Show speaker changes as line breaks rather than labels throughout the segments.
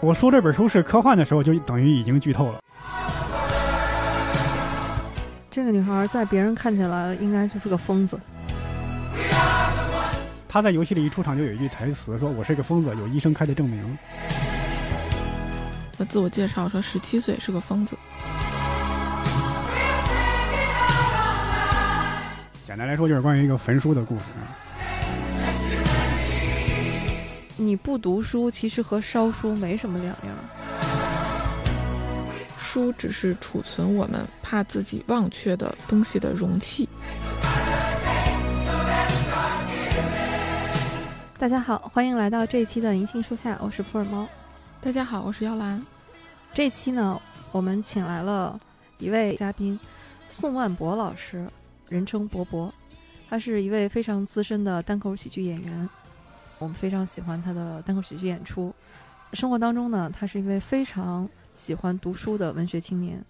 我说这本书是科幻的时候，就等于已经剧透了。
这个女孩在别人看起来应该就是个疯子，
她在游戏里一出场就有一句台词说：“我是个疯子，有医生开的证明。
自我介绍说十七岁是个疯子，”
简单来说，就是关于一个焚书的故事。啊
你不读书其实和烧书没什么两样。
书只是储存我们怕自己忘却的东西的容器。
大家好，欢迎来到这一期的银杏树下，我是普洱猫。
大家好，我是姚兰。
这期呢，我们请来了一位嘉宾，宋万博老师，人称博博，他是一位非常资深的单口喜剧演员，我们非常喜欢他的单口喜剧演出。生活当中呢，他是一位非常喜欢读书的文学青年，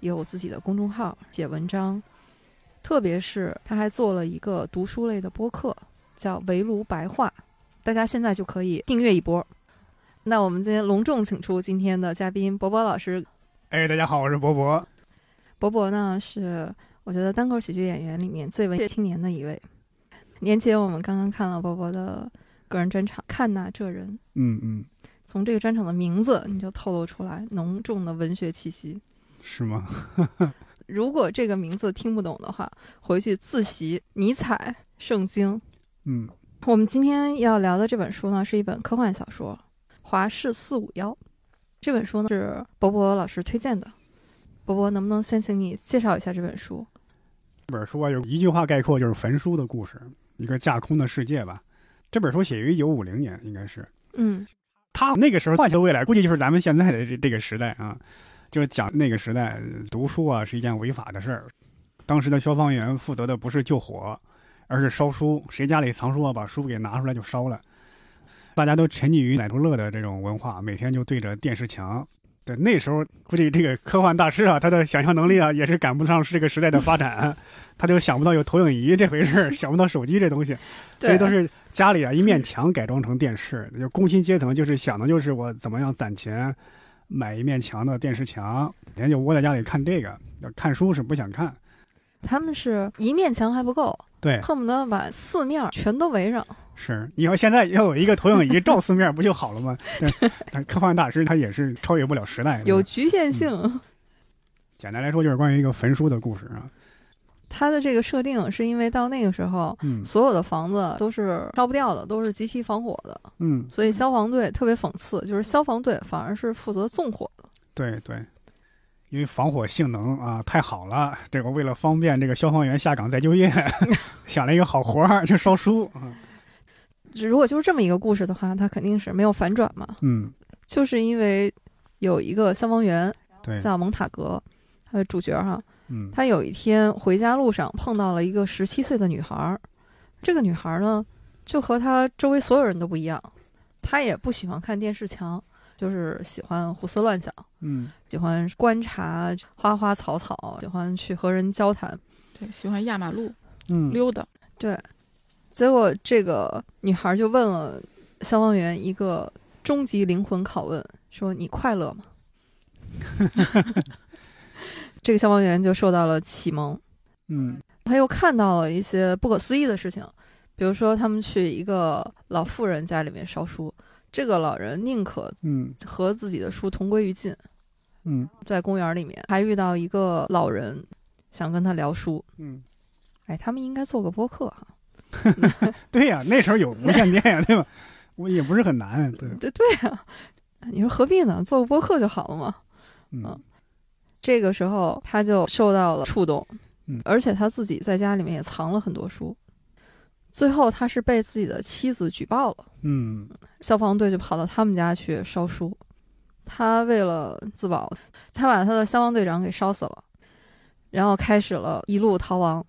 有自己的公众号写文章，特别是他还做了一个读书类的播客，叫《围炉白话》，大家现在就可以订阅一波。那我们今天隆重请出今天的嘉宾博博老师。
哎，大家好，我是博博。
博博呢是我觉得单口喜剧演员里面最文学青年的一位。年前我们刚刚看了博博的个人专场《看呐这人》，
嗯嗯，
从这个专场的名字你就透露出来浓重的文学气息。
是吗？
如果这个名字听不懂的话，回去自习尼采、圣经。
嗯，
我们今天要聊的这本书呢，是一本科幻小说《华氏四五幺》。这本书呢是博博老师推荐的。博博，能不能先请你介绍一下这本书？
这本书啊，有一句话概括，就是焚书的故事，一个架空的世界吧。这本书写于一九五零年，应该是
嗯，
他那个时候幻想未来，估计就是咱们现在的这这个时代啊，就是讲那个时代呃读书啊是一件违法的事儿。当时的消防员负责的不是救火，而是烧书，谁家里藏书啊，把书给拿出来就烧了。大家都沉溺于奶头乐的这种文化，每天就对着电视墙。对，那时候估计这个科幻大师啊，他的想象能力啊也是赶不上这个时代的发展，啊 他就想不到有投影仪这回事儿，想不到手机这东西。所以都是家里啊一面墙改装成电视，就工薪阶层就是想的就是我怎么样攒钱买一面墙的电视墙，以前就窝在家里看这个，看书是不想看。
他们是一面墙还不够，
对，
恨不得把四面全都围上。
是你要现在要有一个投影仪照四面不就好了吗？但但科幻大师他也是超越不了时代的。
有局限性。
嗯简单来说就是关于一个焚书的故事啊，
它的这个设定是因为到那个时候，
嗯
所有的房子都是烧不掉的，都是极其防火的，
嗯，
所以消防队特别讽刺，就是消防队反而是负责纵火的。
对对，因为防火性能啊太好了，这个为了方便这个消防员下岗再就业， 想了一个好活儿就烧书，啊
如果就是这么一个故事的话，它肯定是没有反转嘛，
嗯。
就是因为有一个消防员
对，
叫蒙塔格，他的主角哈，
嗯，
他有一天回家路上碰到了一个十七岁的女孩儿，这个女孩儿呢，就和他周围所有人都不一样，她也不喜欢看电视墙，就是喜欢胡思乱想，
嗯，
喜欢观察花花草草，喜欢去和人交谈。
对，喜欢压马路
嗯，
溜达。
对，结果这个女孩儿就问了消防员一个终极灵魂拷问，说：“你快乐吗？” 这个消防员就受到了启蒙。
嗯，
他又看到了一些不可思议的事情，比如说他们去一个老妇人家里面烧书，这个老人宁可
嗯，
和自己的书同归于尽。
嗯，
在公园里面还遇到一个老人，想跟他聊书，
嗯，
哎，他们应该做个播客啊哈。
对呀，那时候有无线电呀，对吧？我也不是很难，对，
对对啊，你说何必呢？做个播客就好了嘛。
嗯
嗯，这个时候他就受到了触动，
嗯
而且他自己在家里面也藏了很多书。最后他是被自己的妻子举报了。
嗯，
消防队就跑到他们家去烧书。他为了自保，他把他的消防队长给烧死了，然后开始了一路逃亡。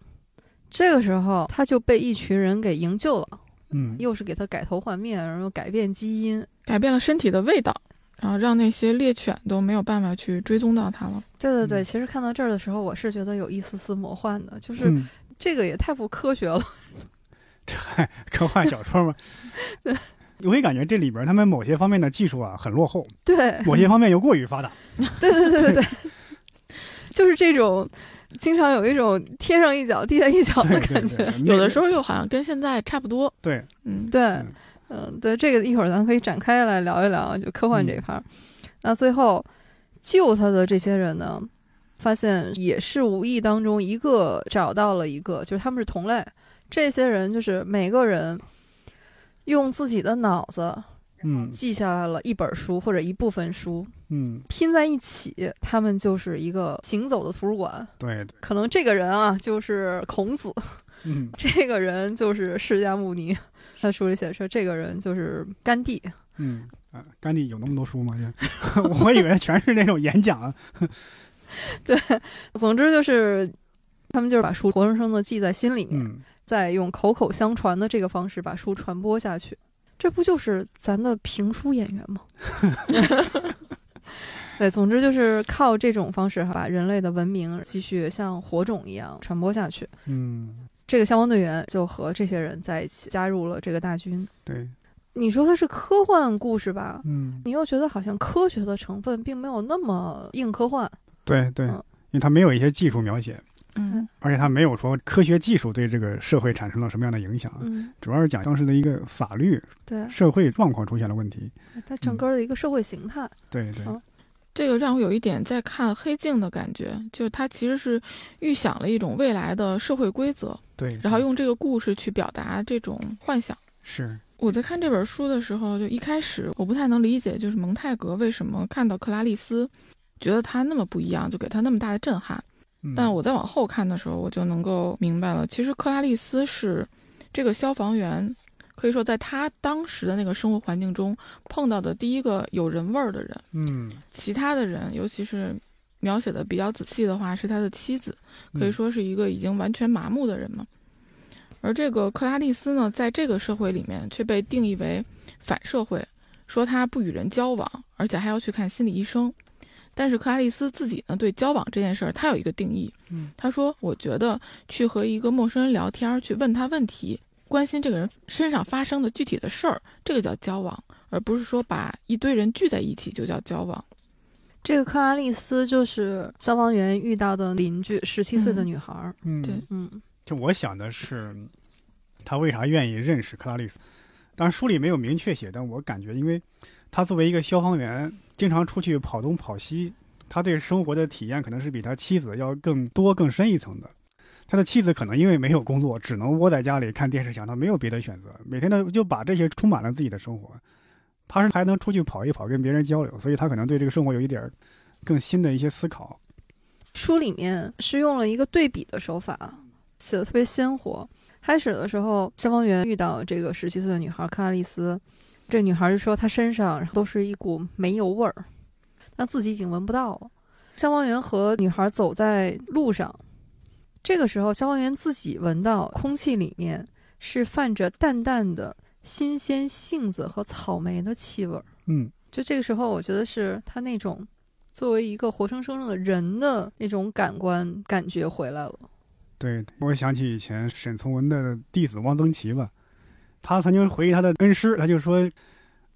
这个时候，他就被一群人给营救了，
嗯，
又是给他改头换面，然后又改变基因。
改变了身体的味道，然后让那些猎犬都没有办法去追踪到它了。
对对对，
嗯
其实看到这儿的时候，我是觉得有一丝丝魔幻的，就是
嗯
这个也太不科学了。
科幻小说嘛，你会感觉这里边他们某些方面的技术啊很落后，
对，
某些方面又过于发达。
对对对对对，就是这种，经常有一种天上一脚地下一脚的
对
感
对
觉。
对，
有的时候又好像跟现在差不多。
对，
嗯，
对，嗯、对，这个一会儿咱们可以展开来聊一聊，就科
嗯
幻这一趴。儿。那最后救他的这些人呢，发现也是无意当中一个找到了一个，就是他们是同类，这些人就是每个人用自己的脑子
嗯
记下来了一本书或者一部分书，
嗯，
拼在一起，他们就是一个行走的图书馆。
对，对
可能这个人啊，就是孔子；
嗯
这个人就是释迦牟尼。他书里写说，这个人就是甘地。
嗯。啊甘地有那么多书吗？ 这我以为全是那种演讲啊。
总之就是，他们就是把书活生生的记在心里面，
嗯，
再用口口相传的这个方式把书传播下去。这不就是咱的评书演员吗？ 对，总之就是靠这种方式哈把人类的文明继续像火种一样传播下去。
嗯，
这个消防队员就和这些人在一起，加入了这个大军。
对，
你说它是科幻故事吧？
嗯，
你又觉得好像科学的成分并没有那么硬科幻，
对对，因
嗯
为它没有一些技术描写，
嗯
而且它没有说科学技术对这个社会产生了什么样的影响，啊
嗯，
主要是讲当时的一个法律
嗯
对，
社会状况出现了问题。
它整个的嗯一个社会形态，
对对，
嗯
这个让我有一点在看《黑镜》的感觉，就是它其实是预想了一种未来的社会规则，
对，
然后用这个故事去表达这种幻想。
是，
我在看这本书的时候，就一开始我不太能理解，就是蒙泰格为什么看到克拉丽丝，觉得她那么不一样，就给她那么大的震撼。
嗯
但我再往后看的时候，我就能够明白了，其实克拉丽丝是这个消防员，可以说在她当时的那个生活环境中碰到的第一个有人味儿的人。
嗯，
其他的人，尤其是描写的比较仔细的话，是他的妻子，可以
嗯
说是一个已经完全麻木的人嘛。而这个克拉丽丝呢，在这个社会里面却被定义为反社会，说她不与人交往，而且还要去看心理医生。但是克拉丽丝自己呢，对交往这件事儿，她有一个定义
嗯，
她说：“我觉得去和一个陌生人聊天儿，去问他问题，关心这个人身上发生的具体的事儿，这个叫交往，而不是说把一堆人聚在一起就叫交往。”
这个克拉丽丝就是消防员遇到的邻居，十七岁的
嗯
女孩儿，
嗯，
对
嗯
就我想的是，他为啥愿意认识克拉丽丝？当然书里没有明确写，但我感觉，因为他作为一个消防员，经常出去跑东跑西，他对生活的体验可能是比他妻子要更多、更深一层的。他的妻子可能因为没有工作，只能窝在家里看电视墙，他没有别的选择，每天呢就把这些充满了自己的生活。他是还能出去跑一跑，跟别人交流，所以他可能对这个生活有一点儿更新的一些思考。
书里面是用了一个对比的手法，写的特别鲜活。开始的时候，消防员遇到这个十七岁的女孩克拉丽丝，这女孩就说她身上都是一股煤油味儿，她自己已经闻不到了。消防员和女孩走在路上，这个时候消防员自己闻到空气里面是泛着淡淡的新鲜杏子和草莓的气味儿。
嗯
就这个时候，我觉得是他那种作为一个活生生的人的那种感官感觉回来了。
对，我想起以前沈从文的弟子汪曾祺吧，他曾经回忆他的恩师，他就说，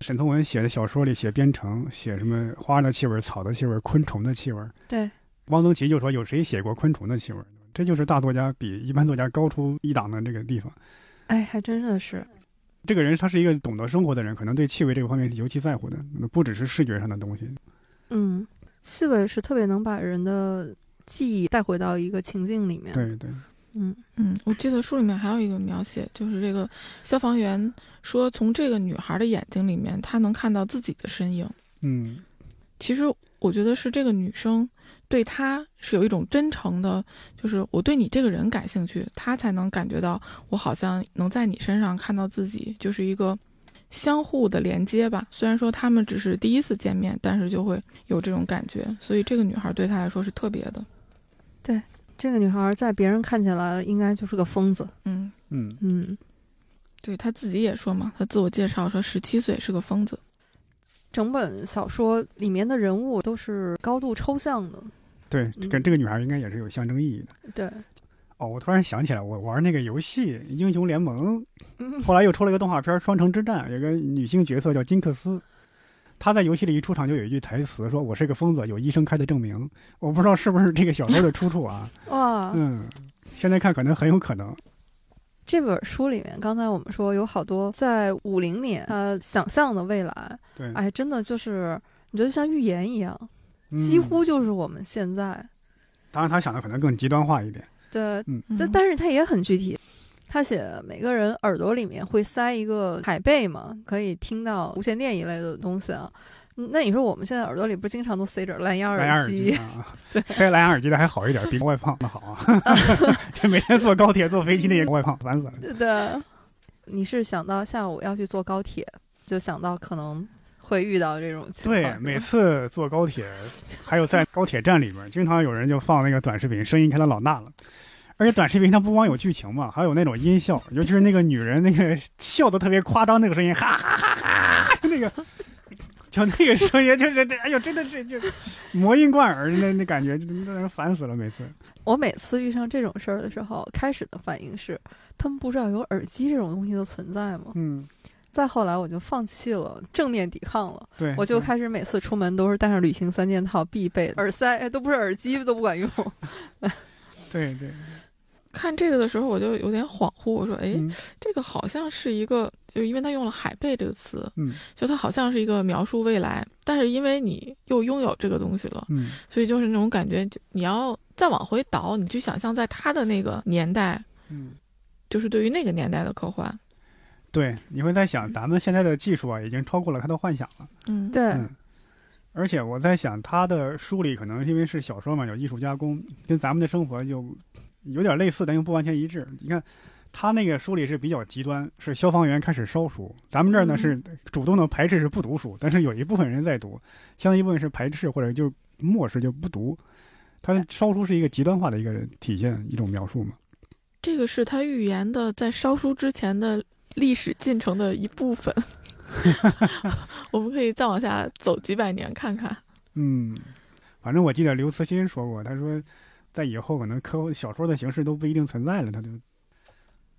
沈从文写的小说里写编程，写什么花的气味、草的气味、昆虫的气味，
对，
汪曾祺就说有谁写过昆虫的气味？这就是大作家比一般作家高出一档的这个地方。
哎，还真的是，
这个人他是一个懂得生活的人，可能对气味这个方面是尤其在乎的，不只是视觉上的东西。
嗯，气味是特别能把人的记忆带回到一个情境里面。，
对对，
嗯，
嗯，我记得书里面还有一个描写，就是这个消防员说，从这个女孩的眼睛里面，他能看到自己的身影。
嗯
其实我觉得是这个女生对他是有一种真诚的，就是我对你这个人感兴趣，他才能感觉到我好像能在你身上看到自己，就是一个相互的连接吧。虽然说他们只是第一次见面，但是就会有这种感觉，所以这个女孩对他来说是特别的。
这个女孩在别人看起来应该就是个疯子。
嗯，
嗯，
嗯，
对她自己也说嘛，她自我介绍说十七岁是个疯子。
整本小说里面的人物都是高度抽象的。
对，这个这个女孩应该也是有象征意义的。
对，
哦，我突然想起来，我玩那个游戏《英雄联盟》，
嗯
后来又出了一个动画片《双城之战》，有个女性角色叫金克斯，她在游戏里一出场就有一句台词说：“我是个疯子，有医生开的证明。”我不知道是不是这个小说的出处 啊？
哇，
嗯，现在看可能很有可能。
这本书里面，刚才我们说有好多在五零年他想象的未来，
对，
哎，真的就是你觉得像预言一样，
嗯
几乎就是我们现在。
当然，他想的可能更极端化一点。
对，
嗯
但但是他也很具体，他写每个人耳朵里面会塞一个海贝嘛，可以听到无线电一类的东西啊。嗯那你说我们现在耳朵里不是经常都塞着蓝牙
蓝牙耳机啊，塞蓝牙耳机的还好一点，比外放的好啊。 这每天坐高铁、坐飞机那也外放，烦死了。
对的，你是想到下午要去坐高铁，就想到可能会遇到这种情况。是
对，
吧
每次坐高铁，还有在高铁站里面，经常有人就放那个短视频，声音开的老大了。而且短视频它不光有剧情嘛，还有那种音效，尤其是那个女人那个笑的特别夸张那个声音，哈哈哈哈，那个就那个声音，就是哎呦，真的是就魔音贯耳，那那感觉就让人烦死了。每次
我每次遇上这种事儿的时候，开始的反应是，他们不知道有耳机这种东西的存在吗？
嗯，
再后来我就放弃了正面抵抗了，
对，
我就开始每次出门都是带上旅行三件套必备的耳塞，哎都不是耳机都不管用。
对对，
看这个的时候，我就有点恍惚，我说，哎，
嗯
这个好像是一个，就因为他用了“海贝”这个词，
嗯
就它好像是一个描述未来，但是因为你又拥有这个东西了，
嗯
所以就是那种感觉，就你要再往回倒，你去想象在他的那个年代，
嗯。
就是对于那个年代的科幻，
对，你会在想，咱们现在的技术啊，已经超过了他的幻想了。
嗯，
对，
嗯而且我在想，他的书里可能因为是小说嘛，有艺术加工，跟咱们的生活就有点类似，但又不完全一致。你看，他那个书里是比较极端，是消防员开始烧书；咱们这儿呢
嗯
是主动的排斥是不读书，但是有一部分人在读，相当一部分是排斥或者就漠视就不读。他烧书是一个极端化的一个体现，一种描述嘛。
这个是他预言的在烧书之前的历史进程的一部 分。我们可以再往下走几百年看看。
嗯，反正我记得刘慈欣说过，他说，在以后可能科小说的形式都不一定存在了，他就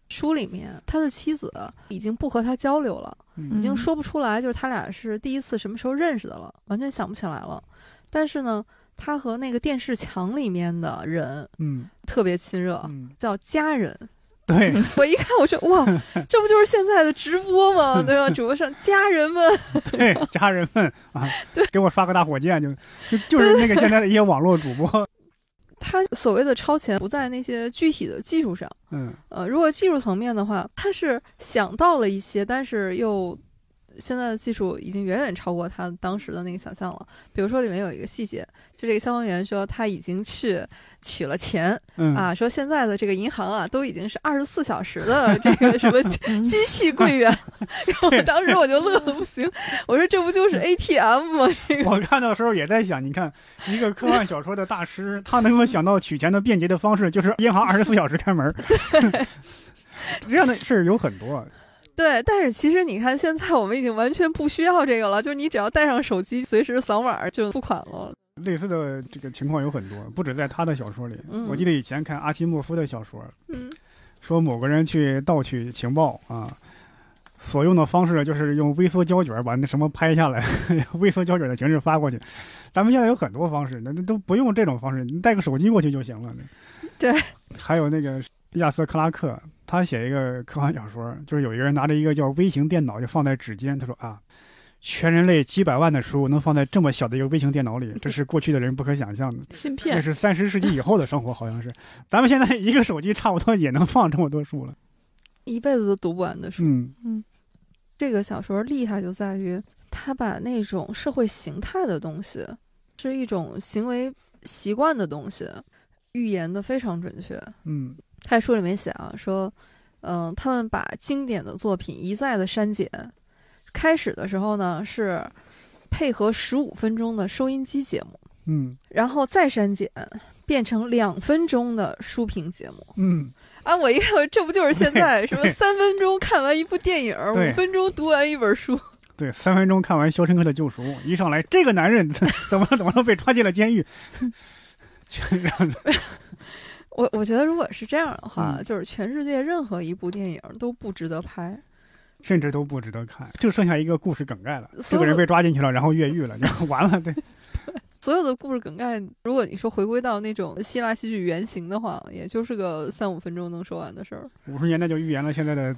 书里面他的妻子已经不和他交流了，
嗯
已经
嗯
说不出来，就是他俩是第一次什么时候认识的了，完全想不起来了。但是呢，他和那个电视墙里面的人
嗯
特别亲热，
嗯，
叫家人。
对，
我一看，我说哇，这不就是现在的直播吗？对 啊吧？主播上家人们，
对，家人们啊，给我刷个大火箭，就就就是那个现在的一些网络主播，
他所谓的超前不在那些具体的技术上，
嗯
呃，如果技术层面的话，他是想到了一些，但是又现在的技术已经远远超过他当时的那个想象了。比如说里面有一个细节，就这个消防员说他已经去取了钱
嗯
啊，说现在的这个银行啊都已经是二十四小时的这个什么
嗯
机器柜员，然后我当时我就乐得不行，我说这不就是 ATM 吗？
我看到的时候也在想，你看一个科幻小说的大师，他能够想到取钱的便捷的方式，就是银行二十四小时开门 儿，这样的事儿有很多，
对，但是其实你看，现在我们已经完全不需要这个了，就是你只要带上手机，随时扫码儿就付款了。
类似的这个情况有很多，不止在他的小说里。
嗯
我记得以前看阿西莫夫的小说，
嗯，
说某个人去盗取情报啊，所用的方式就是用微缩胶卷把那什么拍下来， 微缩胶卷的形式发过去。咱们现在有很多方式，那那都不用这种方式，你带个手机过去就行了。
对，
还有那个亚瑟·克拉克，他写一个科幻小说，就是有一个人拿着一个叫微型电脑，就放在指尖，他说啊。全人类几百万的书能放在这么小的一个微型电脑里，这是过去的人不可想象的。
芯
这
片，
是三十世纪以后的生活，好像是。咱们现在一个手机差不多也能放这么多书了。
一辈子都读不完的书。
嗯
这个小说厉害就在于，它把那种社会形态的东西，是一种行为习惯的东西，预言的非常准确。
嗯
他在书里面写啊，说，嗯、他们把经典的作品一再的删减。开始的时候呢，是配合十五分钟的收音机节目。
嗯
然后再删减，变成两分钟的书评节目
嗯，
啊！我一看，这不就是现在什么
对
三分钟看完一部电影，
对
五分钟读完一 本书？
对，三分钟看完《肖申克的救赎》，一上来这个 男人怎么了怎么了被抓进了监狱，全让人
我我觉得如果是这样的话，
嗯
就是全世界任何一部电影都不值得拍。
甚至都不值得看，就剩下一个故事梗概了。
所
这个
有
人
的
被抓进去了，然后越狱了，就完了。对，
所有的故事梗概，如果你说回归到那种希腊戏剧原型的话，也就是个三五分钟能说完的事儿。
五十年代就预言了现在的，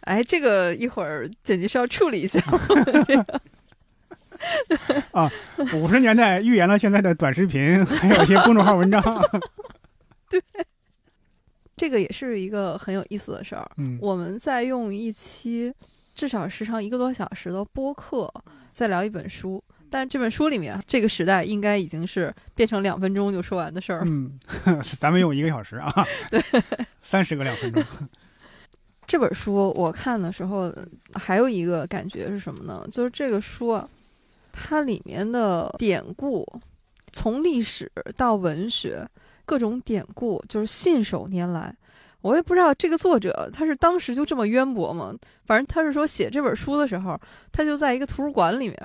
哎，这个一会儿剪辑师要处理一下。
五十年代预言了现在的短视频，还有一些公众号文章。
这个也是一个很有意思的事儿。
嗯，
我们在用一期至少时长一个多小时的播客，在聊一本书，但这本书里面，啊这个时代应该已经是变成两分钟就说完的事儿了。
嗯， 咱们用一个小时啊，
对，
三十个两分钟。
这本书我看的时候，还有一个感觉是什么呢？就是这个书啊，它里面的典故，从历史到文学，各种典故就是信手拈来。我也不知道这个作者他是当时就这么渊博吗？反正他是说写这本书的时候，他就在一个图书馆里面，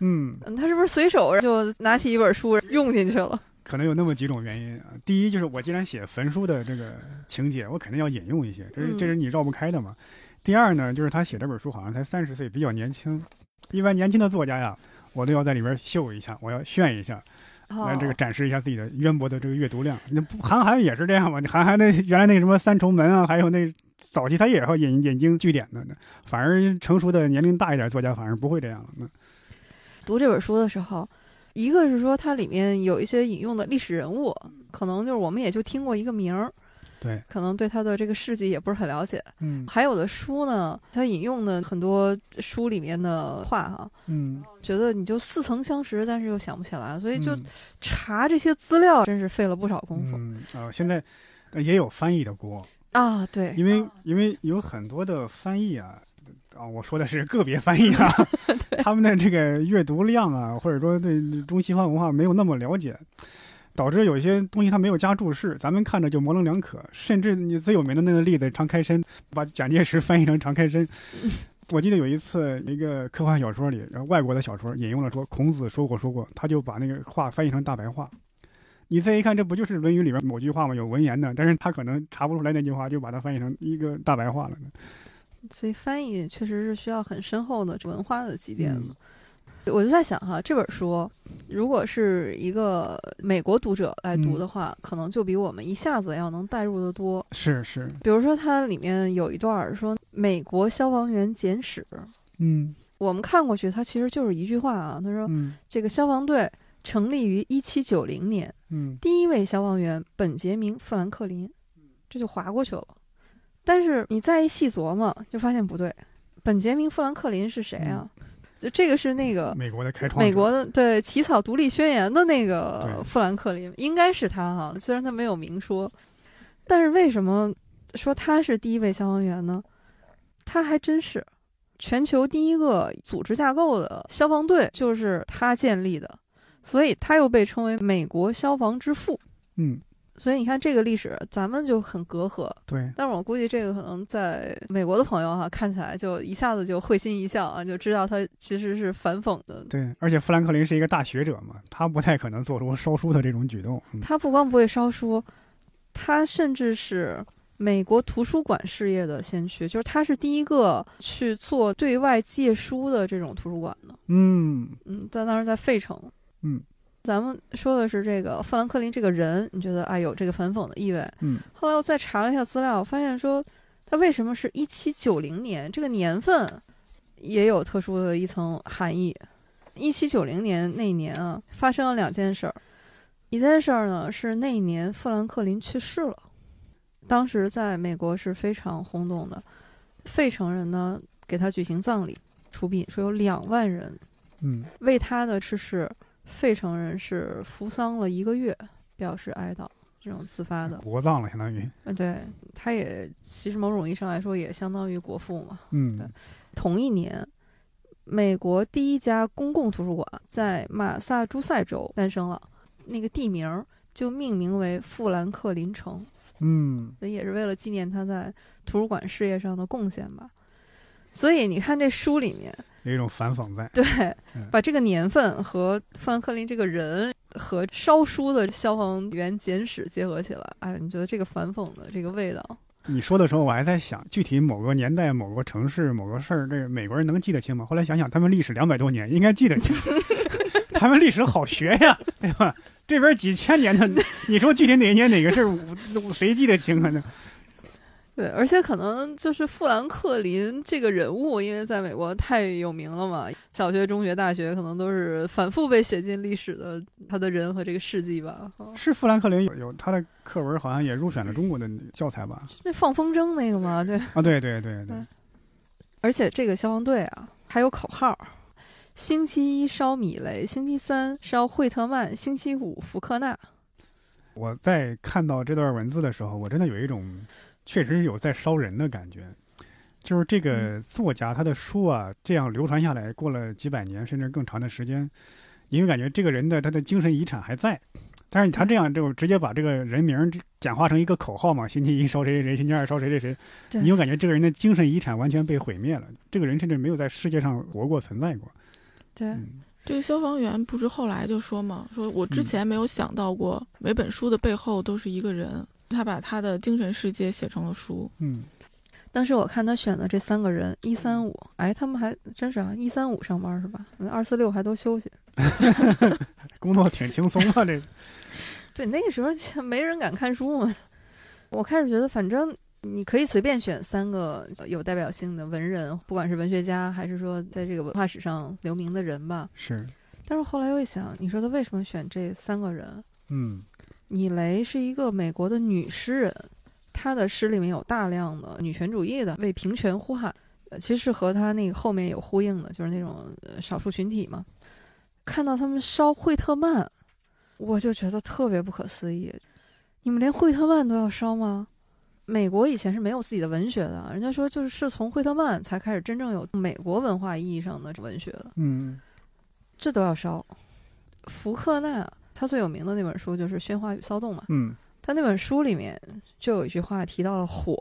嗯，
嗯，他是不是随手就拿起一本书用进去了？
可能有那么几种原因啊。第一就是我既然写焚书的这个情节，我肯定要引用一些，这是
嗯
这是你绕不开的嘛。第二呢，就是他写这本书好像才三十岁，比较年轻。一般年轻的作家呀，我都要在里边秀一下，我要炫一下，
哦
来这个展示一下自己的渊博的这个阅读量。那不韩寒也是这样嘛？你韩寒那 原来那什么三重门啊，还有那早期他也要引引经据典的呢。反而成熟的年龄大一点的作家反而不会这样了。那
读这本书的时候，一个是说它里面有一些引用的历史人物，可能就是我们也就听过一个名儿，
对，
可能对他的这个事迹也不是很了解。
嗯
还有的书呢，它引用的很多书里面的话哈、
嗯，
觉得你就似曾相识，但是又想不起来，所以就
嗯
查这些资料真是费了不少功夫、
嗯呃，现在呃也有翻译的锅，
啊。对，
因为因为有很多的翻译啊，啊，我说的是个别翻译啊，他们的这个阅读量啊，或者说对中西方文化没有那么了解，导致有一些东西它没有加注释，咱们看着就模棱两可。甚至你最有名的那个例子，常开申把蒋介石翻译成常开申。我记得有一次，一个科幻小说里，然后外国的小说引用了说孔子说过说过，他就把那个话翻译成大白话。你再一看，这不就是《论语》里边某句话吗？有文言的，但是他可能查不出来那句话，就把它翻译成一个大白话了呢。
所以翻译确实是需要很深厚的文化的积淀的。
嗯
我就在想哈，这本书如果是一个美国读者来读的话，可能就比我们一下子要能带入的多。
是是，
比如说，它里面有一段儿说《美国消防员简史》，
嗯
我们看过去，它其实就是一句话啊，他说、
嗯
这个消防队成立于一七九零年，
嗯
第一位消防员本杰明·富兰克林，这就划过去了。但是你再一细琢磨，就发现不对。本杰明·富兰克林是谁啊？就这个是那个
美国的开创者，
呃美国的对起草独立宣言的那个
对
富兰克林，应该是他哈、虽然他没有明说，但是为什么说他是第一位消防员呢？他还真是全球第一个组织架构的消防队，就是他建立的，所以他又被称为美国消防之父。
嗯
所以你看这个历史，咱们就很隔阂，
对，
但是我估计这个可能在美国的朋友哈、看起来就一下子就会心一笑啊，就知道他其实是反讽的
对，而且富兰克林是一个大学者嘛，他不太可能做出烧书的这种举动。嗯
他不光不会烧书，他甚至是美国图书馆事业的先驱，就是他是第一个去做对外借书的这种图书馆的。
嗯
嗯，在当时在费城。
嗯，
咱们说的是这个富兰克林这个人，你觉得哎有这个反讽的意味？
嗯
后来我再查了一下资料，发现说他为什么是一七九零年这个年份，也有特殊的一层含义。一七九零年那一年啊，发生了两件事儿，一件事儿呢是那一年富兰克林去世了，当时在美国是非常轰动的，费城人呢给他举行葬礼，出殡，说有两万人
嗯
为他的逝世，费城人是扶丧了一个月，表示哀悼，这种自发的。
国葬了，相当于
嗯，对，他也其实某种意义上来说也相当于国父嘛。对
嗯
同一年，美国第一家公共图书馆在马萨诸塞州诞生了，那个地名儿就命名为富兰克林城，
嗯
所以也是为了纪念他在图书馆事业上的贡献吧。所以你看这书里面，
有一种反讽在。
对
嗯，
把这个年份和范克林这个人和烧书的消防员简史结合起来，哎，你觉得这个反讽的这个味道，
你说的时候，我还在想，具体某个年代、某个城市、某个事儿，这个美国人能记得清吗？后来想想，他们历史两百多年，应该记得清。他们历史好学呀，对吧？这边几千年的，你说具体哪一年哪个事儿，我我谁记得清啊？那
对，而且可能就是富兰克林这个人物，因为在美国太有名了嘛，小学、中学、大学可能都是反复被写进历史的他的人和这个事迹吧。哦
是富兰克林有有他的课文，好像也入选了中国的教材吧？
那放风筝那个嘛，对，
啊，对对对对，
而且这个消防队啊，还有口号：星期一烧米雷，星期三烧惠特曼，星期五福克纳。
我在看到这段文字的时候，我真的有一种确实有在烧人的感觉。就是这个作家他的书啊，这样流传下来，过了几百年甚至更长的时间，你会感觉这个人的他的精神遗产还在。但是他这样就直接把这个人名儿简化成一个口号嘛，星期一烧谁谁谁，星期二烧谁谁谁，
对
你就感觉这个人的精神遗产完全被毁灭了。这个人甚至没有在世界上活过、存在过。
对
嗯，
这个消防员不是后来就说嘛，说我之前没有想到过，每本书的背后都是一个人，他把他的精神世界写成了书。
嗯，
当时我看他选的这三个人，一三五，哎，他们还真是啊，一三五上班是吧？二四六还都休息。
工作挺轻松啊，这个。
对，那个时候 没人敢看书嘛。我开始觉得，反正你可以随便选三个有代表性的文人，不管是文学家还是说在这个文化史上留名的人吧。
是，
但是后来又一想，你说他为什么选这三个人？
嗯
米雷是一个美国的女诗人，她的诗里面有大量的女权主义的为平权呼喊，呃其实和她那个后面有呼应的，就是那种呃少数群体嘛。看到他们烧惠特曼，我就觉得特别不可思议，你们连惠特曼都要烧吗？美国以前是没有自己的文学的，人家说就是是从惠特曼才开始真正有美国文化意义上的文学的。
嗯，
这都要烧。福克纳他最有名的那本书就是《喧哗与骚动》嘛，
嗯
他那本书里面就有一句话提到了火，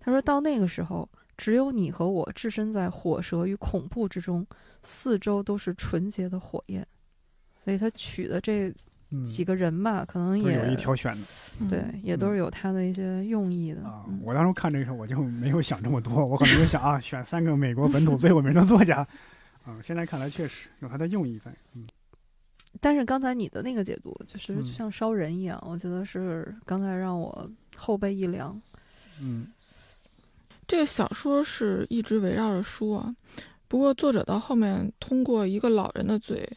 他说到那个时候，只有你和我置身在火舌与恐怖之中，四周都是纯洁的火焰。所以他取的这
嗯，
几个人吧，可能
都
也
是有一挑选的。
嗯
对，也都是有他的一些用意的。
啊
嗯，
我当时看这个时候我就没有想这么多，我可能就想啊，选三个美国本土最有名的作家。嗯，现在看来确实有它的用意在。嗯，
但是刚才你的那个解读，就是
嗯
就像烧人一样，我觉得是刚才让我后背一凉。
嗯
这个小说是一直围绕着书啊，不过作者到后面通过一个老人的嘴，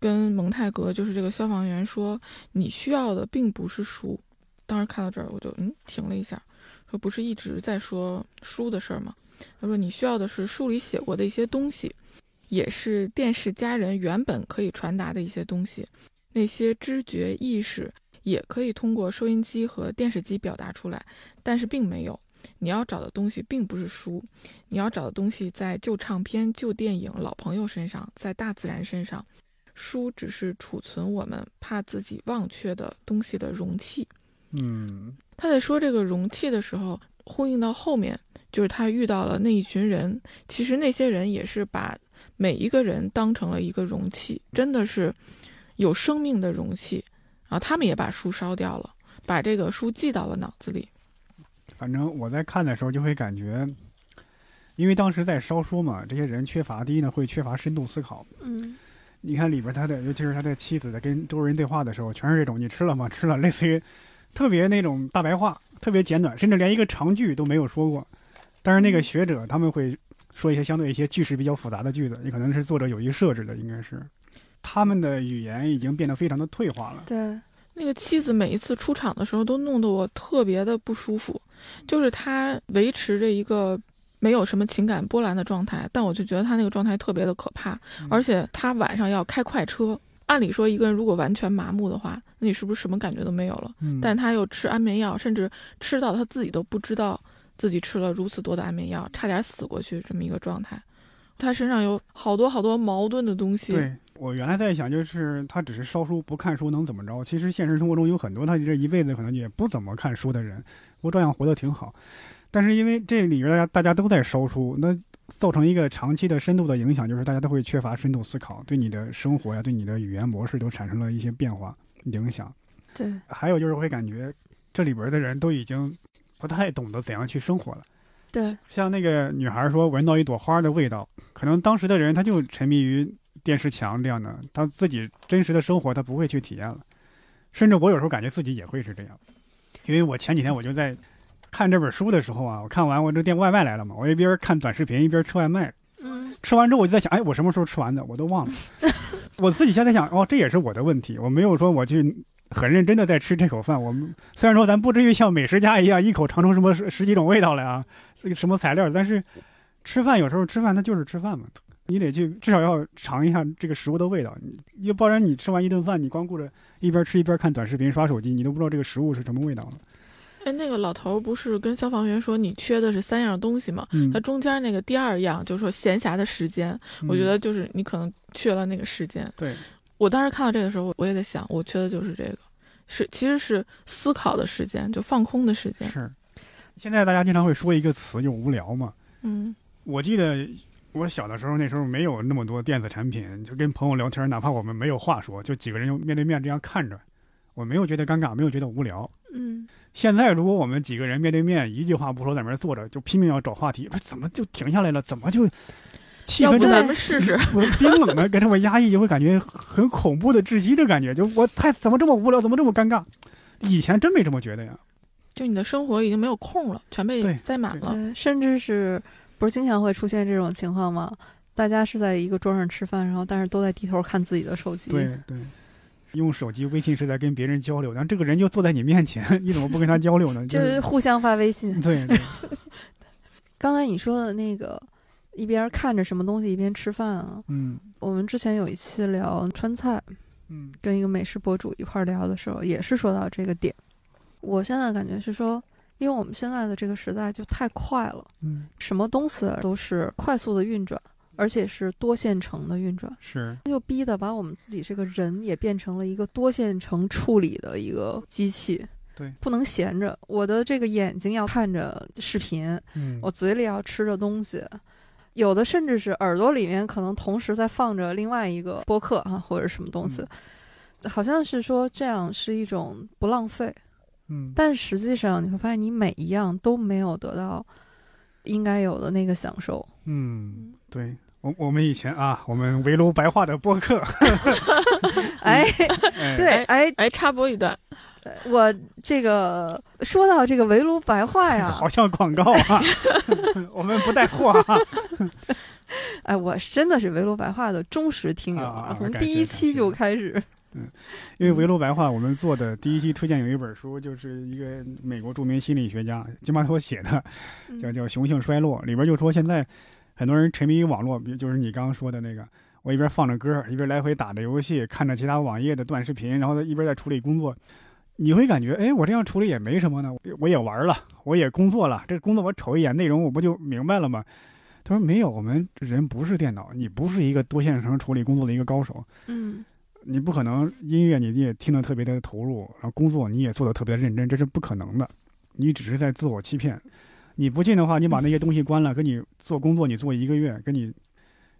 跟蒙泰格就是这个消防员说，你需要的并不是书。当时看到这儿，我就嗯停了一下，说不是一直在说书的事儿吗？他说你需要的是书里写过的一些东西，也是电视家人原本可以传达的一些东西，那些知觉意识也可以通过收音机和电视机表达出来，但是并没有。你要找的东西并不是书，你要找的东西在旧唱片、旧电影、老朋友身上，在大自然身上。书只是储存我们怕自己忘却的东西的容器。
嗯
他在说这个容器的时候，呼应到后面，就是他遇到了那一群人，其实那些人也是把每一个人当成了一个容器，真的是有生命的容器。然后他们也把书烧掉了，把这个书记到了脑子里。
反正我在看的时候就会感觉，因为当时在烧书嘛，这些人缺乏第一呢会缺乏深度思考。
嗯，
你看里边他的，尤其是他的妻子在跟周围人对话的时候，全是这种“你吃了吗？吃了”，类 似于特别那种大白话，特别简短，甚至连一个长句都没有说过。但是那个学者他们会说一些相对一些句式比较复杂的句子，也可能是作者有意设置的，应该是他们的语言已经变得非常的退化了。
对。
那个妻子每一次出场的时候都弄得我特别的不舒服，就是她维持着一个没有什么情感波澜的状态，但我就觉得她那个状态特别的可怕，
嗯
而且她晚上要开快车。按理说，一个人如果完全麻木的话，那你是不是什么感觉都没有了？
嗯，
但她又吃安眠药，甚至吃到她自己都不知道自己吃了如此多的安眠药，差点死过去这么一个状态。她身上有好多好多矛盾的东西。
对我原来在想，就是他只是烧书不看书能怎么着？其实现实生活中有很多他这一辈子可能也不怎么看书的人，我照样活得挺好。但是因为这里边大家大家都在烧书，那造成一个长期的深度的影响，就是大家都会缺乏深度思考，对你的生活呀，对你的语言模式都产生了一些变化影响。
对，
还有就是会感觉这里边的人都已经不太懂得怎样去生活了。
对，
像那个女孩说闻到一朵花的味道，可能当时的人他就沉迷于电视墙这样的，他自己真实的生活他不会去体验了。甚至我有时候感觉自己也会是这样，因为我前几天我就在看这本书的时候啊，我看完我这订外卖来了嘛，我一边看短视频一边吃外卖，
嗯，
吃完之后我就在想，哎，我什么时候吃完的，我都忘了。 我自己现在想，哦，这也是我的问题，我没有说我去很认真的在吃这口饭。我们虽然说咱不至于像美食家一样一口尝出什么十十几种味道来啊，这个什么材料，但是吃饭有时候吃饭它就是吃饭嘛，你得去至少要尝一下这个食物的味道，你要不然你吃完一顿饭，你光顾着一边吃一边看短视频刷手机，你都不知道这个食物是什么味道了。
哎，那个老头儿不是跟消防员说你缺的是三样东西吗？
嗯
他，中间那个第二样就是说闲暇的时间，呃我觉
嗯
得就是你可能缺了那个时间。
对，
我当时看到这个时候，我也在想，我缺的就是这个，是其实是思考的时间，就放空的时间。
是。现在大家经常会说一个词，就无聊嘛。
嗯，
我记得我小的时候，那时候没有那么多电子产品，就跟朋友聊天，哪怕我们没有话说，就几个人就面对面这样看着，我没有觉得尴尬，没有觉得无聊。
嗯，
现在如果我们几个人面对面，一句话不说，在那边坐着，就拼命要找话题，不是怎么就停下来了？怎么就 气
要
氛
不
就
咱们 试试？
我冰冷的，跟这么压抑，就会感觉很恐怖的窒息的感觉，就 我太怎么这么无聊，怎么这么尴尬？以前真没这么觉得呀。
就你的生活已经没有空了，全
对
被塞满了。
对，甚至是不是经常会出现这种情况吗？大家是在一个桌上吃饭，然后但是都在低头看自己的手机。
对对，用手机微信是在跟别人交流，然后这个人就坐在你面前，你怎么不跟他交流呢？就
就是
是嗯
互相发微信。
对对，
刚才你说的那个，一边看着什么东西一边吃饭啊，
嗯
我们之前有一期聊川菜，
嗯
跟一个美食博主一块儿聊的时候，也是说到这个点。我现在感觉是说，因为我们现在的这个时代就太快了，
嗯，
什么东西都是快速的运转，而且是多线程的运转，
是
就逼得把我们自己这个人也变成了一个多线程处理的一个机器。
对，
不能闲着，我的这个眼睛要看着视频，
嗯
我嘴里要吃着东西，有的甚至是耳朵里面可能同时在放着另外一个播客啊，或者什么东西，
嗯
好像是说这样是一种不浪费，
嗯
但实际上你会发现你每一样都没有得到应该有的那个享受。
嗯，对。我我们以前啊，我们围炉白话的播客，
哎，
嗯 哎、
对，哎，
哎，插播一段，
我这个说到这个围炉白话 呀，
好像广告啊，我们不带货啊，
哎，我真的是围炉白话的忠实听友
啊啊啊
从
感
第
谢
一
感
期就
谢
开始。
因为围炉白话，我们做的第一期推荐有一本书，就是一个美国著名心理学家金巴托写的，叫
嗯
叫雄性衰落，里边就说现在很多人沉迷于网络，比如就是你刚刚说的那个，我一边放着歌，一边来回打着游戏，看着其他网页的短视频，然后一边在处理工作，你会感觉，哎，我这样处理也没什么呢，我也玩了，我也工作了，这工作我瞅一眼内容，我不就明白了吗？他说没有，我们人不是电脑，你不是一个多线程处理工作的一个高手，
嗯，
你不可能音乐你也听得特别的投入，然后工作你也做得特别的认真，这是不可能的。你只是在自我欺骗。你不进的话，你把那些东西关了，跟你做工作你做一个月，跟你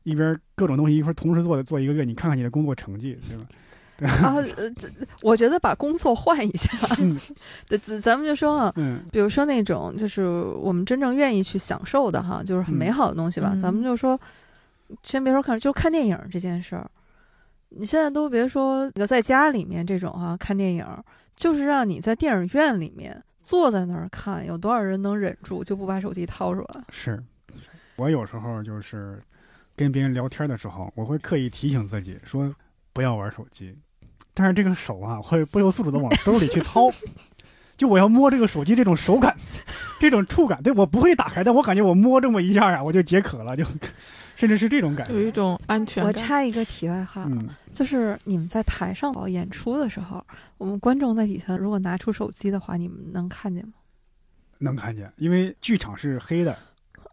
一边各种东西一块儿同时做的做一个月，你看看你的工作成绩，对吧？
啊，呃这我觉得把工作换一 下，
嗯
对，咱咱们就说啊，
嗯
比如说那种就是我们真正愿意去享受的哈，就是很美好的东西吧。
嗯
咱们就说，先别说看，就看电影这件事儿，你现在都别说那个在家里面这种啊看电影，就是让你在电影院里面坐在那儿看，有多少人能忍住就不把手机掏出来？
是。我有时候就是跟别人聊天的时候，我会刻意提醒自己说不要玩手机，但是这个手啊会不由自主的往兜里去 掏，就我要摸这个手机这种手感，这种触感，对我不会打开，但我感觉我摸这么一下啊，我就解渴了，就 甚至是这种感
有
觉。
一种安全
我
感。
插一个题外话，
嗯，
就是你们在台上搞演出的时候，我们观众在底下如果拿出手机的话，你们能看见吗？
能看见，因为剧场是黑的，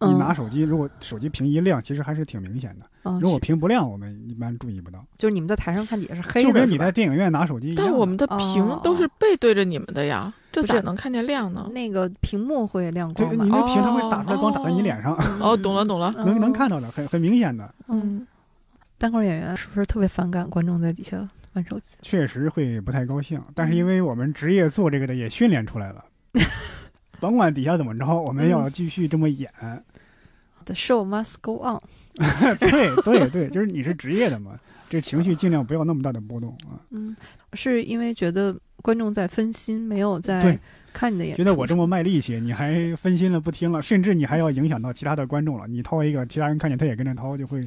你
嗯
拿手机，如果手机屏一亮，其实还是挺明显的。
嗯，
如果
是
屏不亮，我们一般注意不到，
就是你们在台上看底下是黑的，
就跟
是
你
吧
在电影院拿手机一样
但
的。
我们的
哦
屏都是背对着你们的呀，这
不是
怎能看见亮呢？
那个屏幕会亮
对
光
你
嘛？
那屏它会打出来光打在你脸上，
哦，懂了，懂了，
哦嗯
能能看。到的，很很明显的，
嗯，
嗯，
单口演员是不是特别反感观众在底下玩手机？
确实会不太高兴。但是因为我们职业做这个的也训练出来了，甭管底下怎么着，我们要继续这么演。
The show must go on。
对对对，就是你是职业的嘛，这情绪尽量不要那么大的波动啊。
嗯，是因为觉得观众在分心，没有在
对
看你的演出。
觉得我这么卖力气，你还分心了不听了，甚至你还要影响到其他的观众了。你掏一个，其他人看见他也跟着掏，就会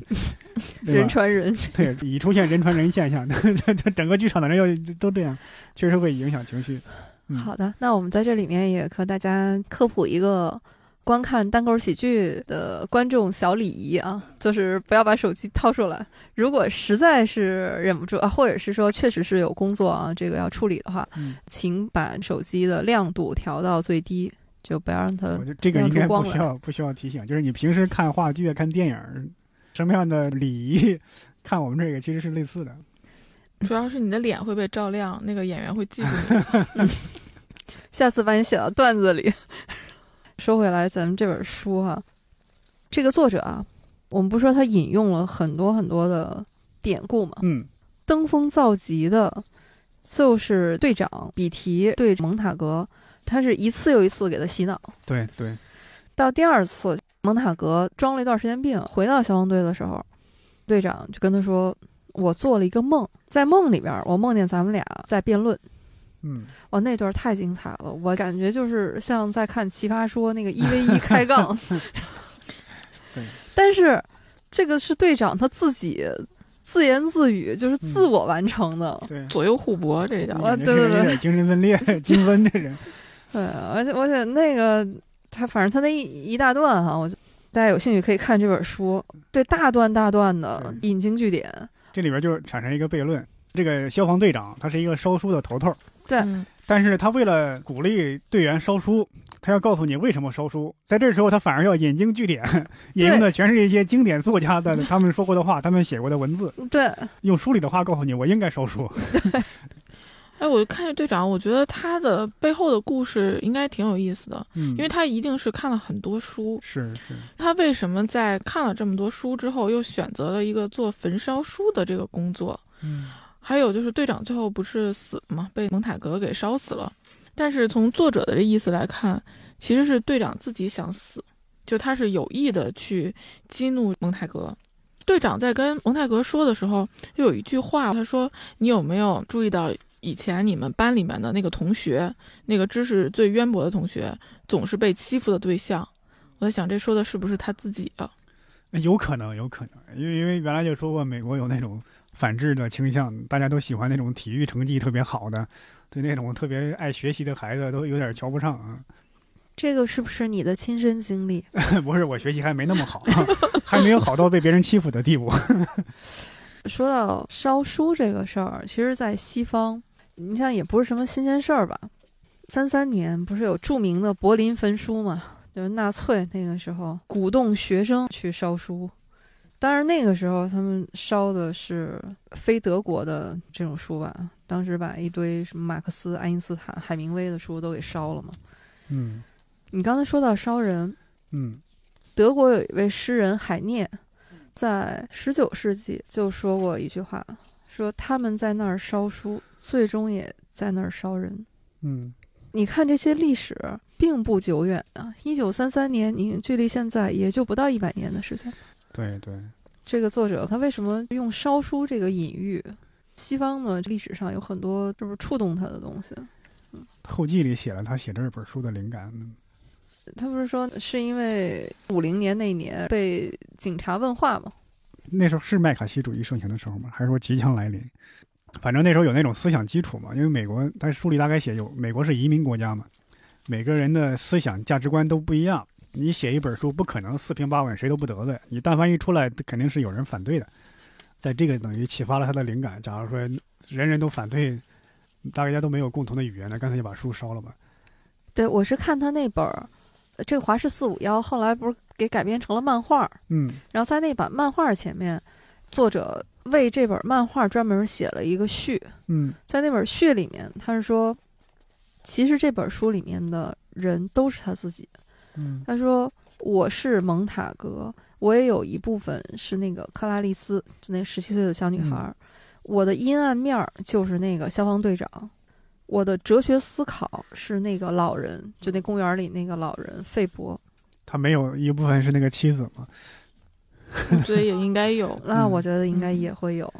对
人
吧？
传人，
对，已出现人传人现象， 这这整个剧场的人要都这样，确实会影响情绪。嗯
好的，那我们在这里面也和大家科普一个观看单口喜剧的观众小礼仪啊，就是不要把手机掏出来。如果实在是忍不住啊，或者是说确实是有工作啊，这个要处理的话，
嗯，
请把手机的亮度调到最低，就不要让它
我。觉得这个应该
亮出
不
光
需要不需要提醒，就是你平时看话剧、啊、看电影，什么样的礼仪，看我们这个其实是类似的。
嗯主要是你的脸会被照亮，那个演员会记住你。
下次把你写到段子里。 说回来，咱们这本书啊，这个作者啊，我们不是说他引用了很多很多的典故嘛，
嗯，
登峰造极的，就是队长比提对蒙塔格，他是一次又一次给他洗脑。
对对，
到第二次，蒙塔格装了一段时间病，回到消防队的时候，队长就跟他说：“我做了一个梦，在梦里边，我梦见咱们俩在辩论。
嗯，”
哇，那段太精彩了，我感觉就是像在看《奇葩说》那个一 v 一开杠
对。
但是这个是队长他自己自言自语，就是自我完成的。
对。
左右互搏，这叫
我
感觉
啊对
这
对
人有
对
点精神分裂， 精分这人。
对，而且而且那个他，反正他那一一大段哈、我就大家有兴趣可以看这本书，对大段大段的
对
引经据典，
这里边就产生一个悖论：这个消防队长他是一个烧书的头头，
对
嗯
但是他为了鼓励队员烧书，他要告诉你为什么烧书。在这时候，他反而要引经据典， 引用的全是一些经典作家的他们说过的话，他们写过的文字，
对，
用书里的话告诉你我应该烧书。
哎，我看这队长，我觉得他的背后的故事应该挺有意思的，
嗯，
因为他一定是看了很多书。
是是，
他为什么在看了这么多书之后，又选择了一个做焚烧书的这个工作？
嗯，
还有就是队长最后不是死嘛，被蒙塔格给烧死了。但是从作者的这意思来看，其实是队长自己想死，就他是有意的去激怒蒙塔格。队长在跟蒙塔格说的时候，又有一句话，他说：“你有没有注意到以前你们班里面的那个同学，那个知识最渊博的同学，总是被欺负的对象？”我在想，这说的是不是他自己啊？
哎有可能，有可能，因为因为原来就说过，美国有那种反制的倾向，大家都喜欢那种体育成绩特别好的，对那种特别爱学习的孩子都有点瞧不上啊。
这个是不是你的亲身经历？
不是我学习还没那么好， 还没有好到被别人欺负的地步。
说到烧书这个事儿，其实，在西方，你像也不是什么新鲜事儿吧？三三年不是有著名的柏林焚书嘛？就是纳粹那个时候鼓动学生去烧书，当然那个时候他们烧的是非德国的这种书吧。当时把一堆什么马克思、爱因斯坦、海明威的书都给烧了嘛。
嗯
你刚才说到烧人，
嗯
德国有一位诗人海涅，在十九世纪就说过一句话，说他们在那儿烧书，最终也在那儿烧人。
嗯，
你看这些历史并不久远啊，一九三三年，你距离现在也就不到一百年的时间。
对对，
这个作者他为什么用烧书这个隐喻？西方的历史上有很多就是触动他的东西。
后记里写了他写这本书的灵感。嗯
他不是说是因为五零年那一年被警察问话吗？
那时候是麦卡锡主义盛行的时候吗？还是说即将来临？反正那时候有那种思想基础嘛，因为美国，他书里大概写有，美国是移民国家嘛，每个人的思想价值观都不一样。你写一本书，不可能四平八稳，谁都不得罪。你但凡一出来，肯定是有人反对的。在这个等于启发了他的灵感。假如说人人都反对，大家都没有共同的语言，那干脆就把书烧了吧。
对，我是看他那本儿呃这个《华氏四五幺》后来不是给改编成了漫画，
嗯
然后在那版漫画前面，作者为这本漫画专门写了一个序，
嗯
在那本序里面，他是说，其实这本书里面的人都是他自己。
嗯
他说我是蒙塔格，我也有一部分是那个克拉丽丝，就那十七岁的小女孩儿。我的阴暗面儿就是那个消防队长，我的哲学思考是那个老人，就那公园里那个老人费伯。
他没有一部分是那个妻子嘛？
我觉得也应该有。
那
嗯
我觉得应该
嗯
也会有。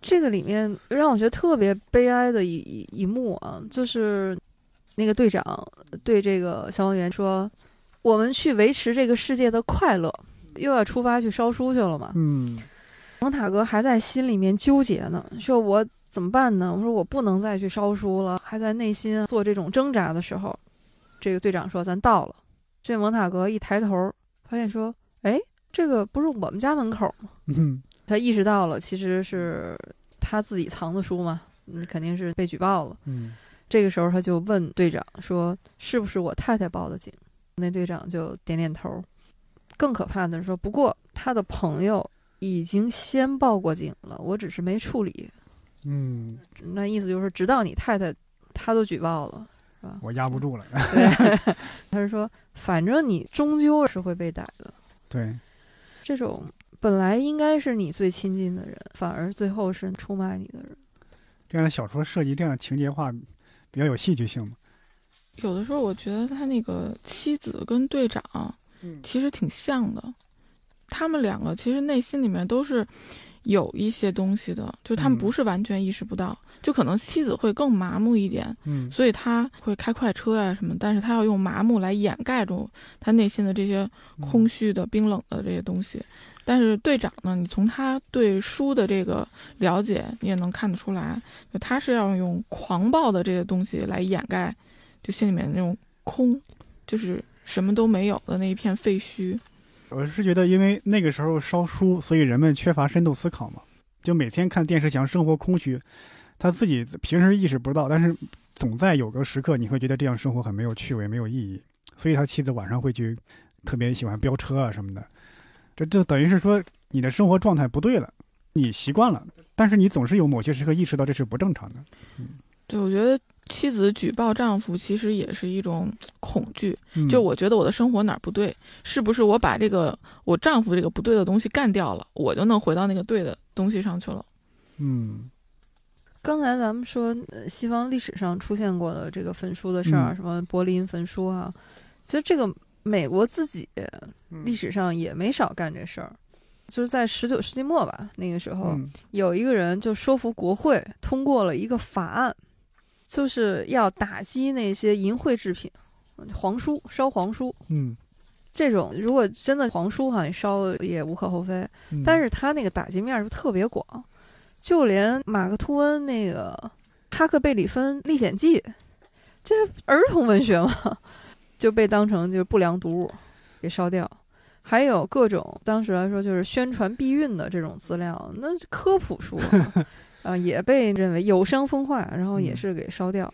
这个里面让我觉得特别悲哀的一一一幕啊，就是那个队长对这个消防员说：“我们去维持这个世界的快乐，又要出发去烧书去了嘛。
嗯
蒙塔格还在心里面纠结呢，说我怎么办呢？我说我不能再去烧书了，还在内心做这种挣扎的时候，这个队长说咱到了。这蒙塔格一抬头，发现说：“哎，这个不是我们家门口
嗯
他意识到了，其实是他自己藏的书嘛，嗯，肯定是被举报了。
嗯
这个时候他就问队长说：“是不是我太太报的警？”那队长就点点头。更可怕的是说，不过他的朋友已经先报过警了，我只是没处理。
嗯，
那意思就是，直到你太太他都举报了，
我压不住了。
对， 他是说，反正你终究是会被逮的。
对，
这种本来应该是你最亲近的人，反而最后是出卖你的人。
这样的小说设计这样的情节化，比较有戏剧性嘛。
有的时候我觉得他那个妻子跟队长
嗯
其实挺像的，他们两个其实内心里面都是有一些东西的，就他们
嗯
不是完全意识不到，就可能妻子会更麻木一点，
嗯
所以他会开快车啊呀、什么，但是他要用麻木来掩盖住他内心的这些
嗯
空虚的、冰冷的这些东西。但是队长呢，你从他对书的这个了解，你也能看得出来，就他是要用狂暴的这些东西来掩盖，就心里面那种空，就是什么都没有的那一片废墟。
我是觉得，因为那个时候烧书，所以人们缺乏深度思考嘛，就每天看电视墙，生活空虚。他自己平时意识不到，但是总在有个时刻，你会觉得这样生活很没有趣味、没有意义。所以他妻子晚上会去特别喜欢飙车啊什么的，这就等于是说你的生活状态不对了，你习惯了，但是你总是有某些时刻意识到这是不正常的。
对，我觉得妻子举报丈夫其实也是一种恐惧，
嗯、
就我觉得我的生活哪儿不对，是不是我把这个我丈夫这个不对的东西干掉了，我就能回到那个对的东西上去了？
嗯
刚才咱们说，呃西方历史上出现过的这个焚书的事儿，啊
嗯
什么柏林焚书啊，其实这个美国自己
嗯
历史上也没少干这事儿。就是在十九世纪末吧，那个时候、
嗯
有一个人就说服国会通过了一个法案，就是要打击那些淫秽制品，呃黄书烧黄书
嗯，
这种，如果真的黄书好像烧了也无可厚非，
嗯
但是他那个打击面儿是特别广，就连马克吐温那个《哈克贝里芬历险记》，这儿童文学嘛， 就被当成就是不良读物给烧掉。还有各种当时来说就是宣传避孕的这种资料，那科普书 啊、也被认为有伤风化，然后也
嗯
是给烧掉。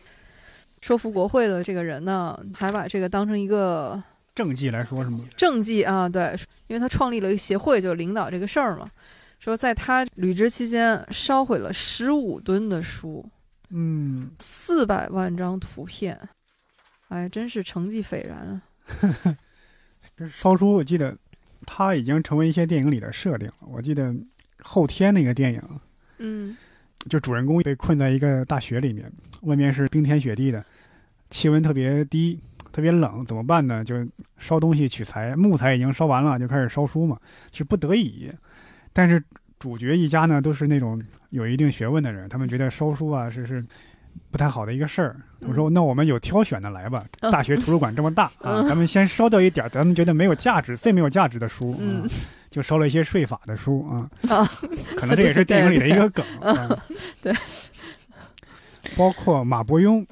说服国会的这个人呢，还把这个当成一个
政绩来说是吗？
政绩啊，对，因为他创立了一个协会，就领导这个事儿嘛。说在他履职期间，烧毁了十五吨的书，
嗯，
四百万张图片，哎，真是成绩斐然啊！
这烧书，我记得它已经成为一些电影里的设定了。我记得后天那个电影，
嗯，
就主人公被困在一个大学里面，外面是冰天雪地的，气温特别低，特别冷，怎么办呢？就烧东西取材，木材已经烧完了，就开始烧书嘛，是不得已。但是主角一家呢，都是那种有一定学问的人，他们觉得烧书啊是是不太好的一个事儿。他们说：“那我们有挑选的来吧，
嗯
大学图书馆这么大啊，
嗯
咱们先烧掉一点儿咱们觉得没有价值、最没有价值的书，
嗯
啊、就烧了一些税法的书啊。
啊
可能这也是电影里的一个梗。
对
啊
对，
包括马伯庸，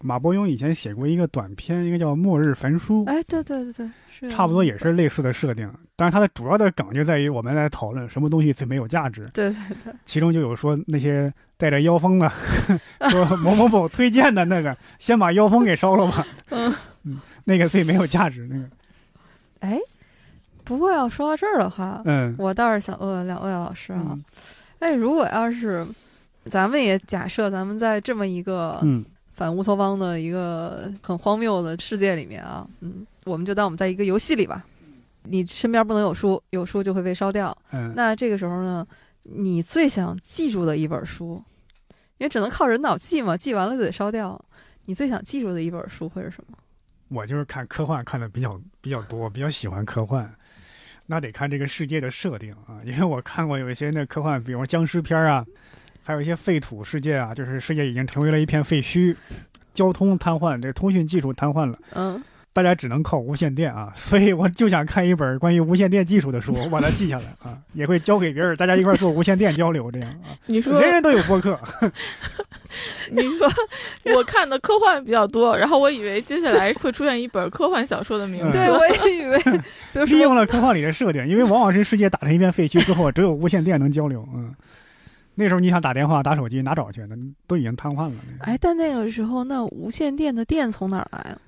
马伯庸以前写过一个短篇，应该叫《末日焚书》，
哎，对对对对，是啊
差不多也是类似的设定。但是它的主要的梗就在于我们来讨论什么东西最没有价值，
对对对，
其中就有说那些带着妖风的， 说某某某推荐的那个，先把妖风给烧了吧。
嗯
嗯，那个所以没有价值。那个，
哎，不过要说到这儿的话，
嗯，
我倒是想问问两位老师啊，
嗯
哎，如果要是咱们也假设咱们在这么一个
嗯，
反乌托邦的一个很荒谬的世界里面啊，嗯，我们就当我们在一个游戏里吧。你身边不能有书，有书就会被烧掉。
嗯，
那这个时候呢，你最想记住的一本书，因为只能靠人脑记嘛，记完了就得烧掉。你最想记住的一本书会是什么？
我就是看科幻看的比较比较多，比较喜欢科幻。那得看这个世界的设定啊，因为我看过有一些那科幻，比如僵尸片啊，还有一些废土世界啊，就是世界已经成为了一片废墟，交通瘫痪，这通讯技术瘫痪了，
嗯，
大家只能靠无线电啊， 所以我就想看一本关于无线电技术的书，我把它记下来啊，也会教给别人，大家一块儿做无线电交流，这样啊，
你说
人人都有播客，
你说我看的科幻比较多，然后我以为接下来会出现一本科幻小说的名
嗯
字。
对，我也以为， 比如
利用
说，
了科幻里的设定，因为往往是世界打成一片废墟之后，只有无线电能交流，嗯，那时候你想打电话、打手机哪找去？那都已经瘫痪了。那个
哎，但那个时候，那无线电的电从哪儿来啊？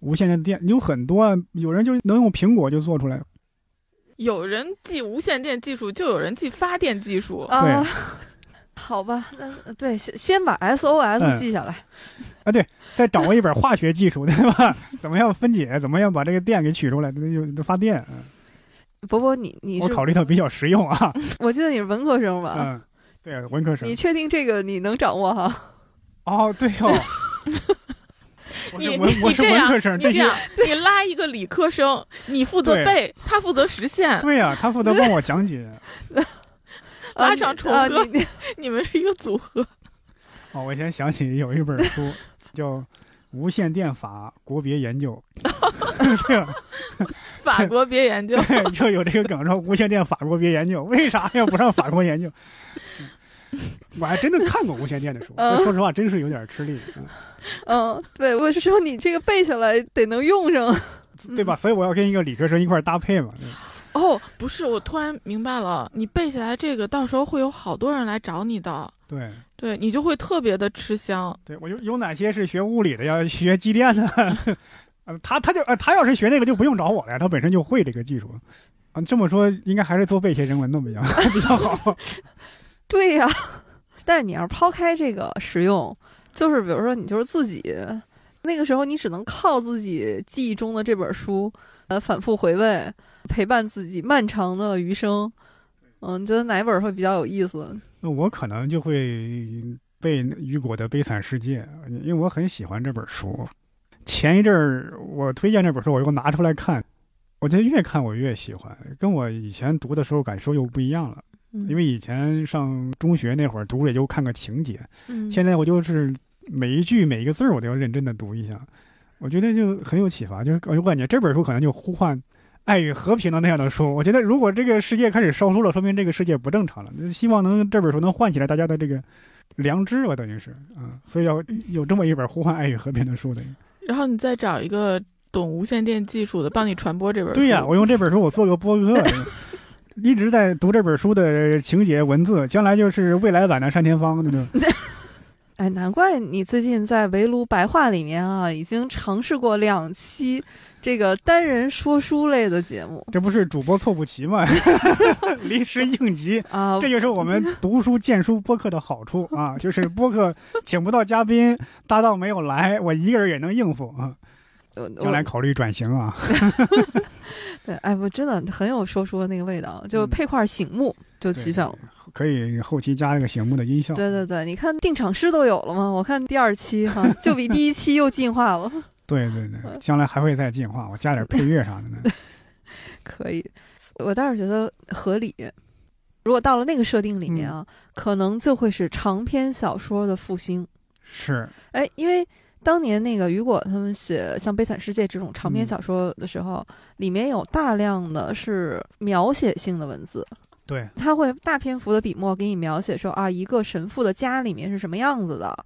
无线电电有很多，有人就能用苹果就做出来，
有人记无线电技术，就有人记发电技术。
啊，好吧，那对，先先把 SOS
嗯
记下来。
再掌握一本化学技术，对吧？ 怎么样分解？怎么样把这个电给取出来？那就就发电。嗯
伯伯，你你
我
是
考虑到比较实用啊，
我记得你是文科
啊
生吧？
嗯，对，文科生
你。确定这个你能掌 握哈？啊
哦，对 哦。我
你
是
你
文我
你
是
这
文
样，
科生，
你
这
这
些
样，你拉一个理科生，你负责
对
背，他负责实现，
对呀、他负责帮我讲解。
拉
啊
上
你
重
啊
合
你你
你们是一个组合。
哦，我以前想起有一本书叫《无线电法国别研究》，对吧
法国别研究，
对，就有这个梗说无线电法国别研究，为啥呀不让法国研究？嗯我还真的看过无线电的书，
嗯
这说实话真是有点吃力，
嗯，对，我是说你这个背下来得能用 上。
嗯对吧？所以我要跟一个理科生一块儿搭配嘛。
哦，不是，我突然明白了，你背下来这个，到时候会有好多人来找你的，
对
对你就会特别的吃香。
对，我就有哪些是学物理的呀，学机电的， 呃他他就呃他要是学那个就不用找我了呀，他本身就会这个技术。啊，这么说应该还是多背一些人文的比较比较好。
对呀、但是你要抛开这个实用，就是比如说你就是自己，那个时候你只能靠自己记忆中的这本书，呃，反复回味，陪伴自己漫长的余生。嗯，你觉得哪一本会比较有意思？
那我可能就会背雨果的《悲惨世界》，因为我很喜欢这本书。前一阵儿我推荐这本书，我又拿出来看，我觉得越看我越喜欢，跟我以前读的时候感受又不一样了。
嗯
因为以前上中学那会儿读也就看个情节，
嗯，
现在我就是每一句每一个字儿我都要认真的读一下，我觉得就很有启发。就是我感觉这本书可能就呼唤爱与和平的那样的书。我觉得如果这个世界开始烧书了，说明这个世界不正常了。那希望能这本书能唤起来大家的这个良知吧，等于是啊，所以要有这么一本呼唤爱与和平的书的。
然后你再找一个懂无线电技术的帮你传播这本书。
对呀、我用这本书我做个播客。 一直在读这本书的情节文字，将来就是未来版的单田芳那种。
哎，难怪你最近在围炉白话里面啊，已经尝试过两期这个单人说书类的节目
这不是主播凑不齐吗？ 临时应急，
啊。
这就是我们读书荐书播客的好处啊，就是播客请不到嘉宾， 搭档没有来，我一个人也能应付啊。
我
将来
我
考虑转型啊，
对，哎，我真的很有说书的那个味道，就
嗯
配块醒目就齐全了。
可以后期加一个醒目的音效。
对对对，你看定场诗都有了嘛，我看第二期哈，就比第一期又进化了，
对对对，将来还会再进化，我加点配乐啥的呢。
可以。我倒是觉得合理。如果到了那个设定里
嗯
面啊，可能就会是长篇小说的复兴。
是，
哎，因为当年那个雨果他们写像《悲惨世界》这种长篇
嗯
小说的时候，里面有大量的是描写性的文字，
对，
他会大篇幅的笔墨给你描写说啊，一个神父的家里面是什么样子的，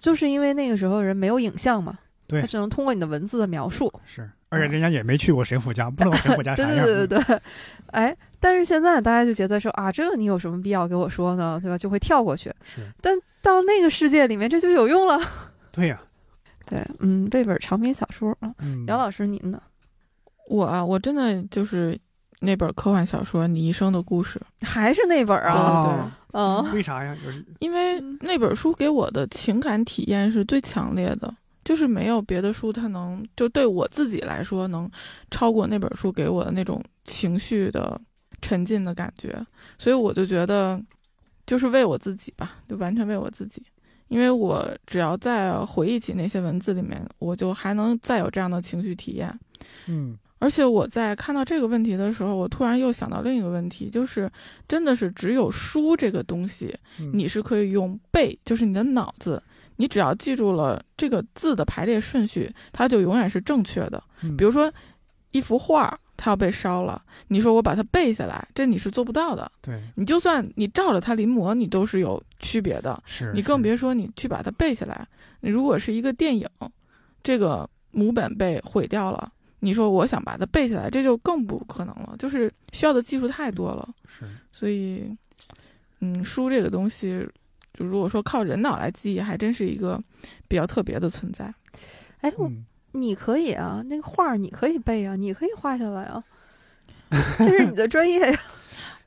就是因为那个时候人没有影像嘛，
对
他只能通过你的文字的描述。
是，而且人家也没去过神父家，不知道神父家啥
对
样。
对对对对，哎，但是现在大家就觉得说啊，这个你有什么必要给我说呢，对吧？就会跳过去。
是，
到那个世界里面，这就有用了。
对呀、
对，嗯，这本长篇小说啊，
嗯
姚老师您呢？
我啊，我真的就是那本科幻小说《你一生的故事》，
还是那本儿啊？
哦
嗯，
为啥呀？就是
因为
嗯
那本书给我的情感体验是最强烈的，就是没有别的书它能就对我自己来说能超过那本书给我的那种情绪的沉浸的感觉，所以我就觉得就是为我自己吧，就完全为我自己。因为我只要在回忆起那些文字里面，我就还能再有这样的情绪体验。
嗯
而且我在看到这个问题的时候，我突然又想到另一个问题，就是真的是只有书这个东西，
嗯
你是可以用背，就是你的脑子，你只要记住了这个字的排列顺序，它就永远是正确的。
嗯
比如说一幅画，它要被烧了，你说我把它背下来，这你是做不到的。
对
你就算你照着它临摹，你都是有区别的。
是
你
是
更别说你去把它背下来。你如果是一个电影，这个母本被毁掉了，你说我想把它背下来，这就更不可能了，就是需要的技术太多了。
是
所以，嗯，书这个东西，就如果说靠人脑来记忆，还真是一个比较特别的存在。
哎，我
嗯
你可以啊，那个画儿你可以背啊，你可以画下来啊， 这是你的专业呀。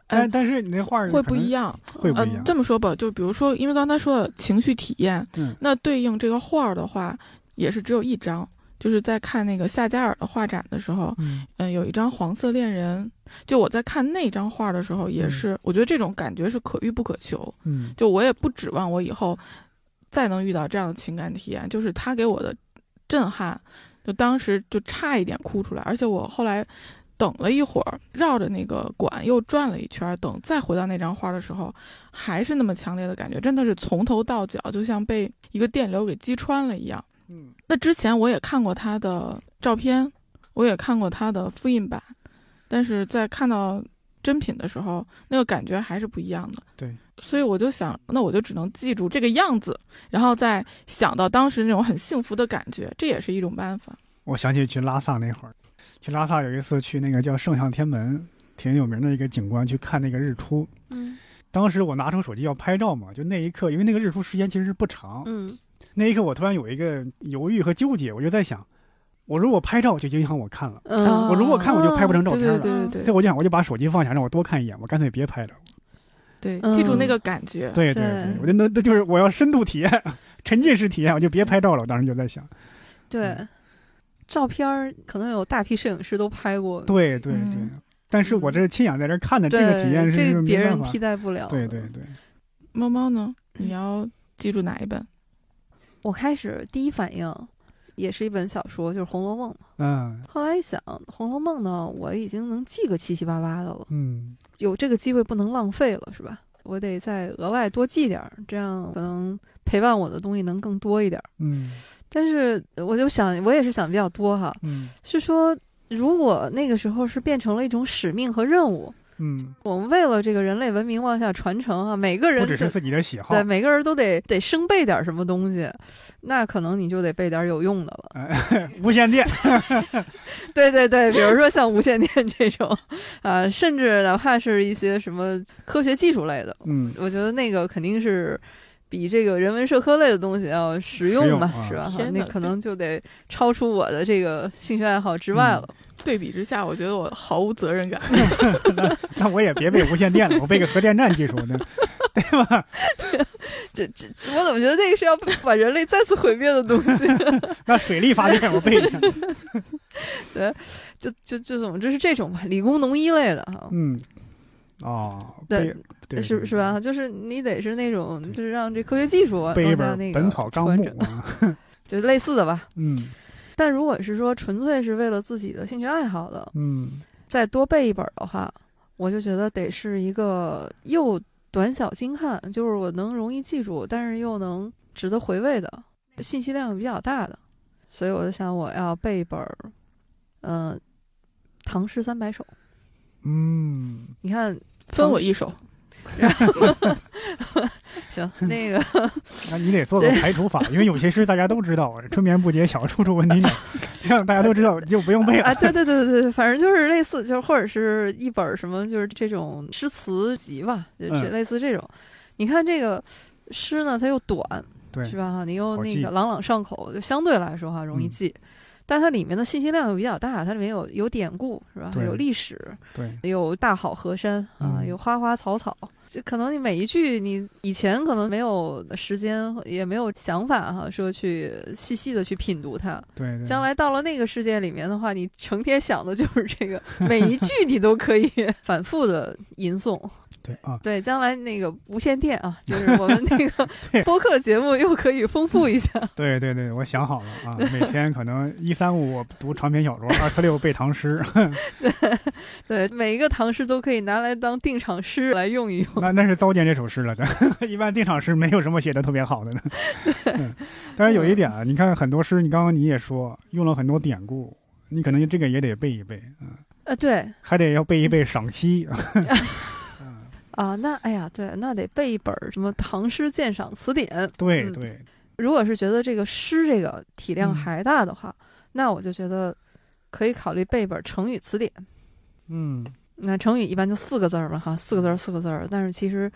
但但是你那画儿
会
可
不
能
一样，
会不
呃
一样，，
这么说吧，就比如说，因为刚才说的情绪体验，
嗯
那对应这个画儿的话，也是只有一张。就是在看那个夏加尔的画展的时候，
嗯
嗯，有一张黄色恋人，就我在看那张画的时候，也
嗯
是、我觉得这种感觉是可遇不可求。
嗯
就我也不指望我以后再能遇到这样的情感体验，就是他给我的震撼，就当时就差一点哭出来，而且我后来。等了一会儿，绕着那个馆又转了一圈，等再回到那张画的时候，还是那么强烈的感觉，真的是从头到脚，就像被一个电流给击穿了一样。
嗯
那之前我也看过他的照片，我也看过他的复印版，但是在看到真品的时候，那个感觉还是不一样的。
对，
所以我就想，那我就只能记住这个样子，然后再想到当时那种很幸福的感觉，这也是一种办法。
我想起去拉萨那会儿，去拉萨有一次去那个叫圣象天门，挺有名的一个景观，去看那个日出。
嗯
当时我拿出手机要拍照嘛，就那一刻，因为那个日出时间其实是不长，
嗯，
那一刻我突然有一个犹豫和纠结，我就在想，我如果拍照就影响我看了，
嗯，
我如果看我就拍不成照片啊了
对对对
所以
对
我就想我就把手机放下，让我多看一眼，我干脆别拍了。
对，
嗯
记住那个感觉。
对对
对
对，我就那那就是我要深度体验、 沉浸式体验，我就别拍照了。我当时就在想，
对，照片儿可能有大批摄影师都拍过，
对对对，
嗯
但是我这是亲眼在这看的，这个体验
这
是
个别
没办
人
法
替。代不了。
对对，对，
猫猫呢？你要记住哪一本？
我开始第一反应也是一本小说，就是《红楼梦》嘛。
嗯
后来一想，《红楼梦》呢，我已经能记个七七八八的了，
嗯
有这个机会不能浪费了，是吧？我得再额外多记点儿，这样可能陪伴我的东西能更多一点儿。
嗯
但是我就想，我也是想比较多哈，
嗯
是说如果那个时候是变成了一种使命和任务，
嗯，
我们为了这个人类文明往下传承啊，每个
不
人
只
都
是自己的喜好
对，每个人都得得生背点儿什么东西，那可能你就得背点儿有用的了。
无线电。
对对对，比如说像无线电这种，啊，甚至哪怕是一些什么科学技术类的，
嗯，
我觉得那个肯定是比这个人文社科类的东西要实用嘛，
实用啊
是吧？哈
天
那
哪
可能就得超出我的这个兴趣爱好之
嗯
外了。
对比之下，我觉得我毫无责任感。
那我也别背无线电了，我背个核电站技术呢，对吧？
这这，这我怎么觉得那个是要把人类再次毁灭的东西？
那水力发电我背一下。
就就就总之是这种吧，理工农医类的哈。
嗯，哦，
对
背，对，
是
对
是吧？？就是你得是那种，就是让这科学技术
背一
往下
本
那
《
个
本草纲
传
目
承》
啊，
就类似的吧。
嗯
但如果是说纯粹是为了自己的兴趣爱好的，
嗯
再多备一本的话，我就觉得得是一个又短小精悍，就是我能容易记住，但是又能值得回味的，信息量比较大的。所以我就想，我要备一本儿，嗯、唐诗三百首》。
嗯，
你看，
分我一手，
行，那个
那你得做个排除法，因为有些诗大家都知道，啊春眠不觉晓，处处闻啼鸟， 让大家都知道就不用背了。
啊，对对对对对，反正就是类似，就是或者是一本儿什么，就是这种诗词集吧，就是
嗯
类似这种。你看这个诗呢，它又短，
对
是吧？哈，你又
好
那
记
个朗朗上口，就相对来说哈容易
嗯
记，但它里面的信息量又比较大，它里面有有典故是吧？
对
有历史，
对，
有大好河山啊，
嗯
有花花草草。这可能你每一句，你以前可能没有时间，也没有想法哈，说去细细的去品读它。
对，对
将来到了那个世界里面的话，你成天想的就是这 个，每一句你都可以 反复的吟诵。
对啊，
对，将来那个无线电啊，就是我们那
对
个播客节目又可以丰富一下。
对对对，我想好了啊，每天可能一三五我读长篇小说，二四六背唐诗，
对，每一个唐诗都可以拿来当定场诗来用一用。
那那是糟践这首诗了的。 一般定场诗没有什么写的特别好的呢。嗯，但是有一点啊，你看很多诗，你刚刚你也说用了很多典故，你可能这个也得背一背，嗯，
呃，对
还得要背一背赏析。 嗯
啊、那哎呀，对，那得背一本儿什么《唐诗鉴赏词典》。
对
嗯
对，
如果是觉得这个诗这个体量
嗯
还大的话，那我就觉得可以考虑背一本儿成语词典。
嗯，
那成语一般就四个字儿嘛，哈，四个字儿，四个字儿。但是其实，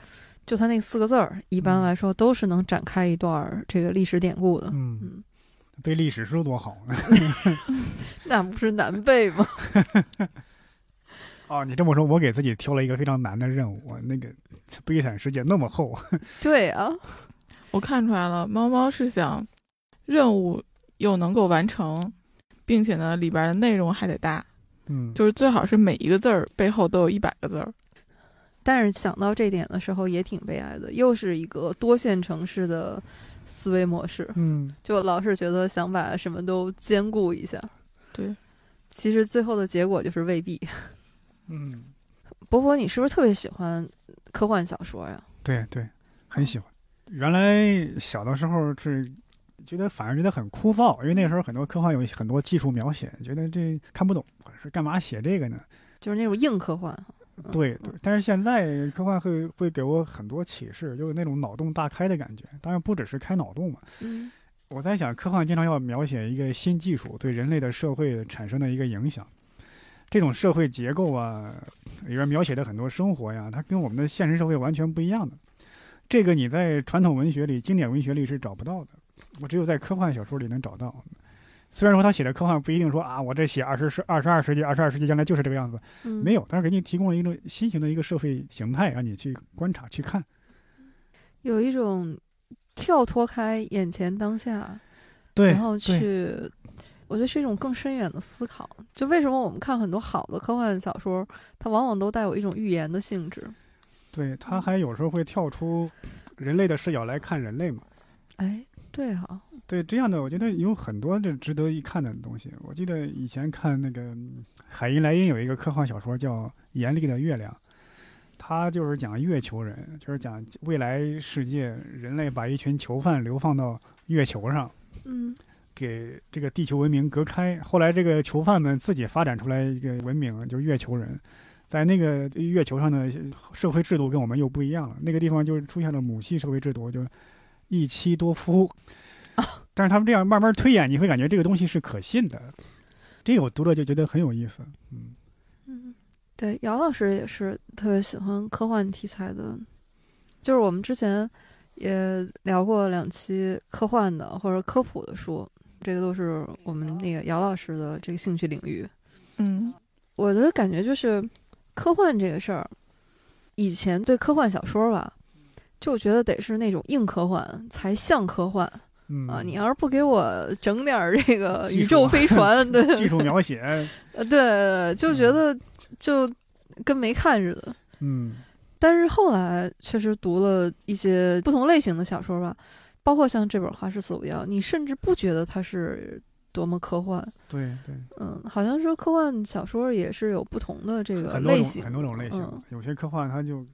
就它那四个字儿，一般
嗯
来说都是能展开一段儿这个历史典故的。
嗯
嗯，
背历史书多好啊呢！
那不是难背吗？
哦，你这么说，我给自己挑了一个非常难的任务。那个《悲惨世界》那么厚，
对啊，
我看出来了，猫猫是想任务又能够完成，并且呢里边的内容还得大，
嗯，
就是最好是每一个字儿背后都有一百个字儿。
但是想到这点的时候，也挺悲哀的，又是一个多线城市的思维模式，
嗯，
就老是觉得想把什么都兼顾一下。
对，
其实最后的结果就是未必。
嗯，
波波，你是不是特别喜欢科幻小说呀、
对对，很喜欢。原来小的时候是觉得反而觉得很枯燥，因为那时候很多科幻有很多技术描写，觉得这看不懂，或者是干嘛写这个呢？
就是那种硬科幻。嗯
对对，但是现在科幻会会给我很多启示，就有那种脑洞大开的感觉。当然不只是开脑洞嘛，
嗯
我在想，科幻经常要描写一个新技术对人类的社会产生的一个影响，这种社会结构啊，里边描写的很多生活呀，它跟我们的现实社会完全不一样的。这个你在传统文学里、经典文学里是找不到的，我只有在科幻小说里能找到。虽然说他写的科幻不一定说啊，我这写二十世、二十二世纪、二十二世纪将来就是这个样子，
嗯，
没有，但是给你提供了一种新型的一个社会形态，让你去观察、去看。
有一种跳脱开眼前当下，
对，
然后
对
去，我觉得是一种更深远的思考。就为什么我们看很多好的科幻小说，它往往都带有一种预言的性质。
对，他还有时候会跳出人类的视角来看人类嘛。
哎，对哈、
对这样的，我觉得有很多这值得一看的东西。我记得以前看那个嗯海因莱因有一个科幻小说叫《严厉的月亮》，他就是讲月球人，就是讲未来世界人类把一群囚犯流放到月球上，
嗯
给这个地球文明隔开。后来这个囚犯们自己发展出来一个文明，就是月球人。在那个月球上的社会制度跟我们又不一样了，那个地方就是出现了母系社会制度，就是一妻多夫。
哦
但是他们这样慢慢推演，你会感觉这个东西是可信的。这个我读了就觉得很有意思。嗯，
嗯，对，姚老师也是特别喜欢科幻题材的，就是我们之前也聊过两期科幻的或者科普的书，这个都是我们那个姚老师的这个兴趣领域。
嗯，
我的感觉就是，科幻这个事儿，以前对科幻小说吧，就觉得得是那种硬科幻才像科幻
嗯
啊！你要是不给我整点儿这个
技术
宇宙飞船， 对
技术描嗯写，
呃对，就觉得就跟没看似的。
嗯
但是后来确实读了一些不同类型的小说吧，包括像这本《花式四五幺》，你甚至不觉得它是多么科幻，
对对，
嗯，好像说科幻小说也是有不同的这个
很多
嗯类
种
型，
很多种类型
嗯
的，有些科幻它就，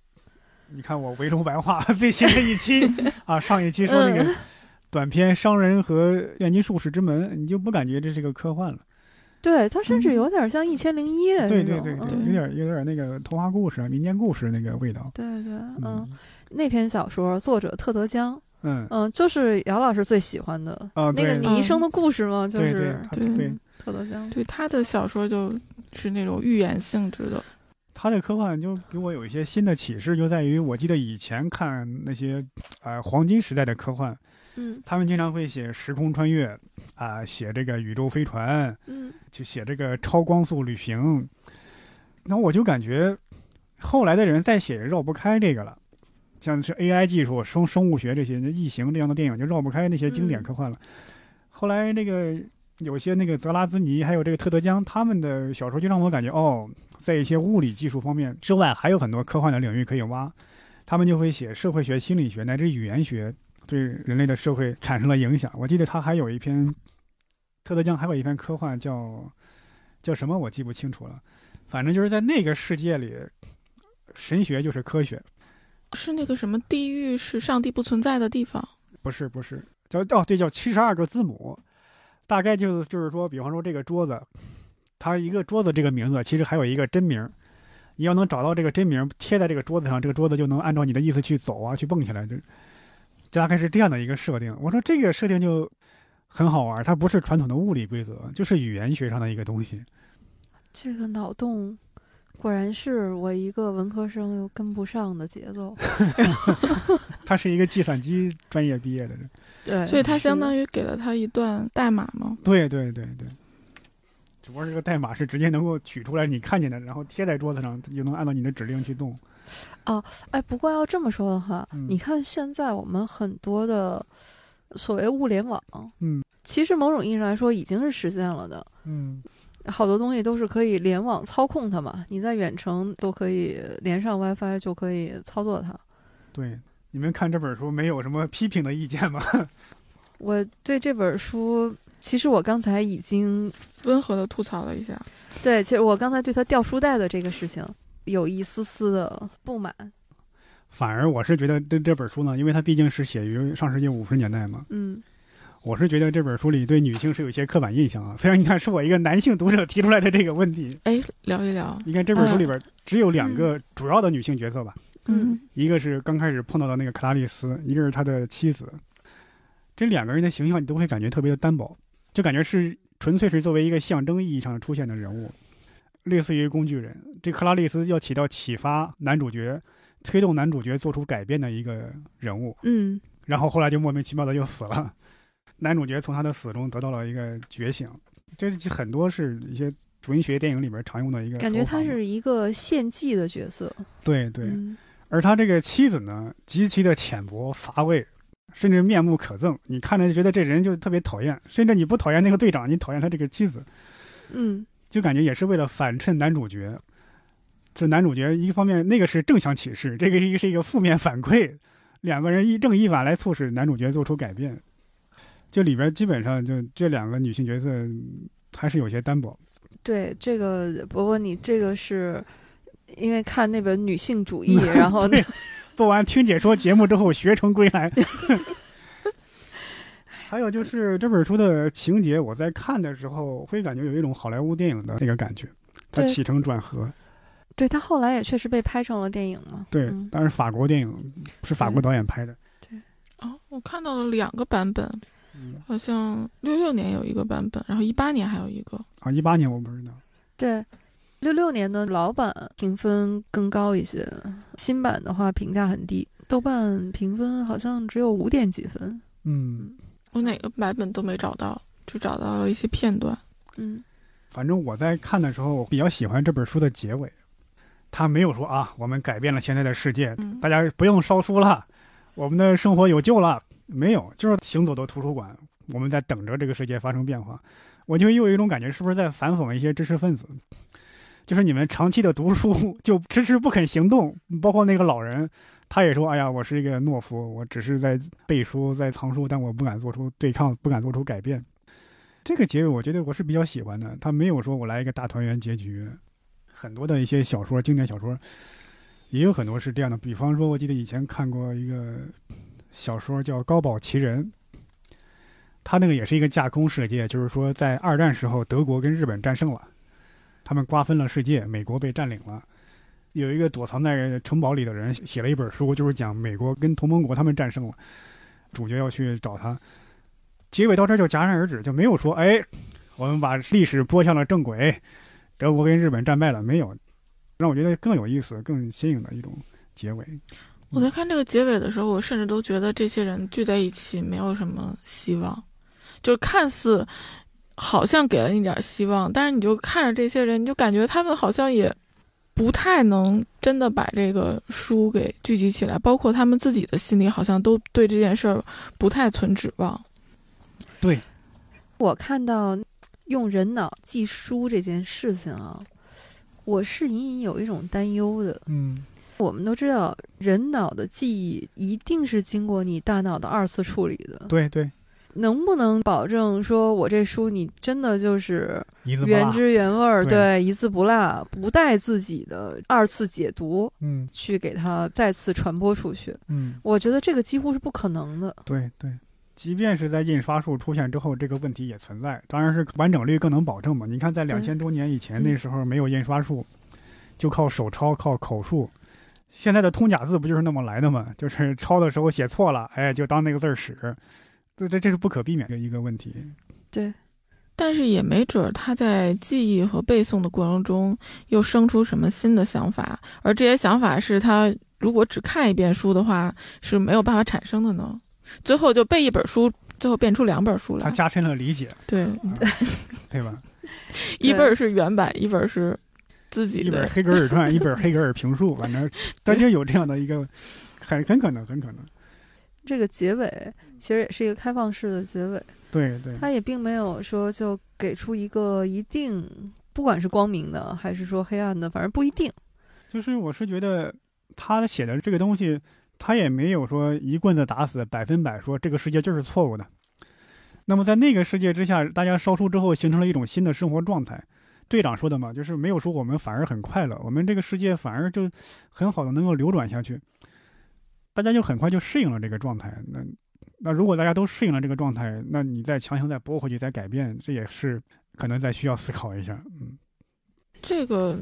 你看我围炉白话 最新的一 期啊，上一期说那
嗯
个短篇《商人和炼金术士之门》，你就不感觉这是个科幻了。
对，它甚至
嗯
有点像《一千零一夜》
对
那
对
种，
对对，
嗯
有点有点那个童话故事啊、民间故事那个味道。
对对，嗯，
嗯
那篇小说作者特德·江，
嗯
嗯，就是姚老师最喜欢的
啊，
那
对
个你一生的故事嘛，就
对对
是
它对
特德·江，
对，他的小说就是那种寓言性质的，
他这科幻就给我有一些新的启示，就在于我记得以前看那些呃黄金时代的科幻，
嗯
他们经常会写时空穿越，啊、写这个宇宙飞船，
嗯
就写这个超光速旅行。那我就感觉后来的人再写绕不开这个了，像是 AI 技术、生生物学这些、异形这样的电影就绕不开那些经典
嗯
科幻了。后来那个有些那个泽拉兹尼还有这个特德江他们的小说，就让我感觉哦，在一些物理技术方面之外，还有很多科幻的领域可以挖。他们就会写社会学、心理学乃至语言学对人类的社会产生了影响。我记得他还有一篇特德·江还有一篇科幻叫叫什么我记不清楚了，反正就是在那个世界里，神学就是科学，
是那个什么地狱是上帝不存在的地方。
不是不是叫哦对叫七十二个字母，大概就就是说，比方说这个桌子，它一个桌子这个名字其实还有一个真名。你要能找到这个真名贴在这个桌子上，这个桌子就能按照你的意思去走啊，去蹦起来。这大概是这样的一个设定。我说这个设定就很好玩，它不是传统的物理规则，就是语言学上的一个东西。
这个脑洞果然是我一个文科生又跟不上的节 奏。
他是一个计算机专业毕业的人。
对，
所以他相当于给了他一段哎代码嘛。
对对对对，只不过这个代码是直接能够取出来你看见的，然后贴在桌子上，它就能按照你的指令去动。
哎，不过要这么说的话，
嗯
你看现在我们很多的所谓物联网，
嗯，
其实某种意义上来说已经是实现了的。
嗯，
好多东西都是可以联网操控它嘛，你在远程都可以连上 WiFi 就可以操作它。
对。你们看这本书没有什么批评的意见吗？
我对这本书，其实我刚才已经
温和的吐槽了一下，
对，其实我刚才对它掉书袋的这个事情有一丝丝的不满。
反而我是觉得这这本书呢，因为它毕竟是写于上世纪五十年代嘛，
嗯，
我是觉得这本书里对女性是有一些刻板印象啊。虽然你看是我一个男性读者提出来的这个问题，
哎，聊一聊，
你看这本书里边只有两个主要的女性角色吧，
嗯
一个是刚开始碰到的那个克拉丽丝，一个是他的妻子。这两个人的形象，你都会感觉特别的单薄，就感觉是纯粹是作为一个象征意义上出现的人物，类似于工具人。这克拉丽丝要起到启发男主角、推动男主角做出改变的一个人物，
嗯
然后后来就莫名其妙的就死了。男主角从他的死中得到了一个觉醒，这很多是一些文学电影里边常用的一个手法
感
嘛。
觉他是一个献祭的角色。
对对，
嗯
而他这个妻子呢，极其的浅薄乏味，甚至面目可憎。你看着就觉得这人就特别讨厌，甚至你不讨厌那个队长，你讨厌他这个妻子，
嗯
就感觉也是为了反衬男主角。这男主角一方面那个是正向启示，这个是一个是一个负面反馈，两个人一正一反来促使男主角做出改变。就里边基本上就这两个女性角色嗯还是有些单薄。
对，这个伯伯，你这个是因为看那本《女性 主义》，然后
对做完听解说节目之后学成归 来。还有就是这本书的情节，我在看的时候会感觉有一种好莱坞电影的那个感觉，它
对
起承转合。
对他后来也确实被拍成了电影嘛。
对
嗯，
当然法国电影是法国导演拍的。
哦，我看到了两个版本，
嗯
好像六六年有一个版本，然后一八年还有一个。
啊，一八年我不知道。
对，六六年的老版评分更高一些，新版的话评价很低，豆瓣评分好像只有五点几分。
嗯，
我哪个版本都没找到，只找到了一些片段。
嗯
反正我在看的时候，我比较喜欢这本书的结尾，他没有说啊，我们改变了现在的世界，
嗯
大家不用烧书了，我们的生活有救了。没有，就是行走的图书馆，我们在等着这个世界发生变化。我就又有一种感觉，是不是在反讽一些知识分子？就是你们长期的读书就迟迟不肯行动，包括那个老人，他也说：“哎呀，我是一个懦夫，我只是在背书，在藏书，但我不敢做出对抗，不敢做出改变。”这个结尾，我觉得我是比较喜欢的。他没有说我来一个大团圆结局，很多的一些小说，经典小说也有很多是这样的。比方说，我记得以前看过一个小说叫《高保奇人》，他那个也是一个架空世界，就是说在二战时候，德国跟日本战胜了，他们瓜分了世界，美国被占领了。有一个躲藏在城堡里的人写了一本书，就是讲美国跟同盟国他们战胜了，主角要去找他。结尾到这儿就戛然而止，就没有说哎，我们把历史拨向了正轨，德国跟日本战败了，没有。让我觉得更有意思、更新颖的一种结尾。
我在看这个结尾的时候，我甚至都觉得这些人聚在一起没有什么希望，就是看似好像给了你点希望，但是你就看着这些人，你就感觉他们好像也不太能真的把这个书给聚集起来，包括他们自己的心里好像都对这件事儿不太存指望。
我看到用人脑记书这件事情啊，我是隐隐有一种担忧的。
嗯，
我们都知道，人脑的记忆一定是经过你大脑的二次处理的。
对对，
能不能保证说，我这书你真的就是
一字不
原
落
汁原味儿，
对
对，一字不落，不带自己的二次解读
嗯
去给它再次传播出去？
嗯，
我觉得这个几乎是不可能的。
对对。即便是在印刷术出现之后，这个问题也存在。当然是完整率更能保证嘛。你看，在两千多年以
嗯
前，那时候没有印刷术，就靠手抄、靠口述。现在的通假字不就是那么来的吗？就是抄的时候写错了，哎，就当那个字儿使。这这这是不可避免的一个问题。
对，
但是也没准儿他在记忆和背诵的过程中又生出什么新的想法，而这些想法是他如果只看一遍书的话是没有办法产生的呢。最后就背一本书，最后变出两本书
它
来。
加深了理解，
对，
对吧？
一本是原版，一本是自己
一本
的
《黑格尔传》，一本《黑格尔评述》，反正大家有这样的一个，很很可能，很可能。
这个结尾其实也是一个开放式的结尾。
对对，
他也并没有说就给出一个一定，不管是光明的还是说黑暗的，反正不一定。
就是我是觉得他写的这个东西，他也没有说一棍子打死，百分百说这个世界就是错误的。那么在那个世界之下，大家烧书之后，形成了一种新的生活状态。队长说的嘛，就是没有说我们反而很快乐，我们这个世界反而就很好的能够流转下去，大家就很快就适应了这个状态。那那如果大家都适应了这个状态，那你再强行再拨回去再改变，这也是可能再需要思考一下。嗯，
这个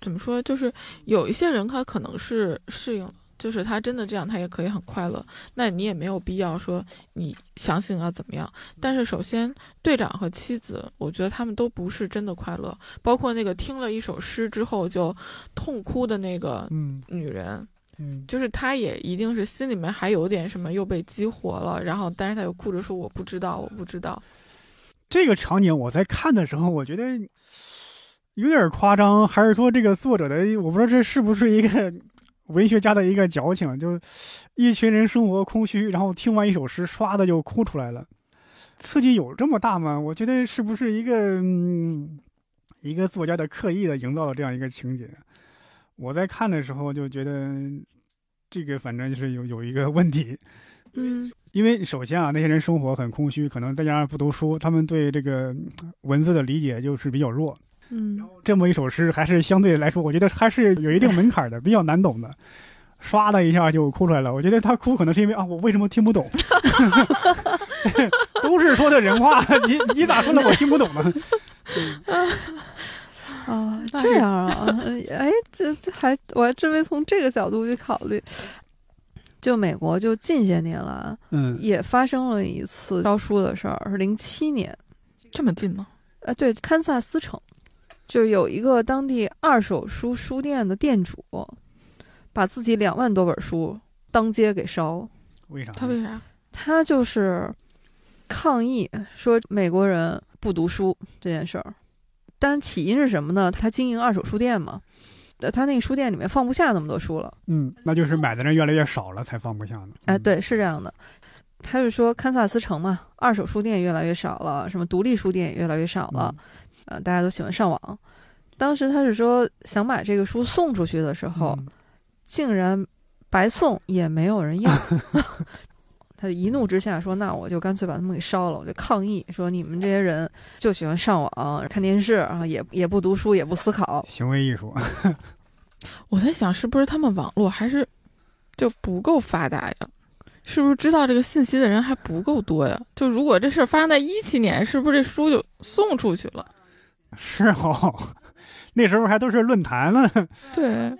怎么说？就是有一些人他可能是适应了，就是他真的这样，他也可以很快乐。那你也没有必要说你相信啊要怎么样。但是首先，队长和妻子，我觉得他们都不是真的快乐。包括那个听了一首诗之后就痛哭的那个
嗯
女人，
嗯，
就是她也一定是心里面还有点什么，又被激活了。然后，但是她又哭着说：“我不知道，我不知道。”
这个场景我在看的时候，我觉得有点夸张，还是说这个作者的，我不知道这是不是一个 文学家的一个矫情，就一群人生活空虚，然后听完一首诗，唰的就哭出来了，刺激有这么大吗？我觉得是不是一个、嗯、一个作家的刻意的营造了这样一个情节？我在看的时候就觉得这个反正就是有有一个问题，
嗯，
因为首先啊，那些人生活很空虚，可能再加上不读书，他们对这个嗯文字的理解就是比较弱。
嗯，
这么一首诗，还是相对来说，我觉得还是有一定门槛的，比较难懂的。唰的一下就哭出来了。我觉得他哭可能是因为啊，我为什么听不懂？ 都是说的人话，你你咋说的我听不懂呢？
啊，
那
这
是
样啊，哎， 这这还我还真没从这个角度去考虑。就美国就近些年来啊
嗯，
也发生了一次烧书的事儿，是零七年，
这么近吗？
呃，对，堪萨斯城，就是有一个当地二手书书店的店主，把自己两万多本书当街给烧了。
为啥？
他为啥？
他就是抗议说美国人不读书这件事儿。但是起因是什么呢？他经营二手书店嘛，呃他那个书店里面放不下那么多书了。
嗯，那就是买的人越来越少了，才放不下呢。嗯
哎，，对，是这样的。他就说堪萨斯城嘛，二手书店越来越少了，什么独立书店也越来越少
嗯
了，呃，大家都喜欢上网。当时他是说想把这个书送出去的时候，
嗯
竟然白送也没有人要。 他就一怒之下说：“那我就干脆把他们给烧了，我就抗议说你们这些人就喜欢上网、看电视，然后也也不读书，也不思考。
行为艺术，
我在想，是不是他们网络还是就不够发达呀？是不是知道这个信息的人还不够多呀？就如果这事儿发生在一七年，是不是这书就送出去了？
是哦。 那时候还都是论坛呢，
对，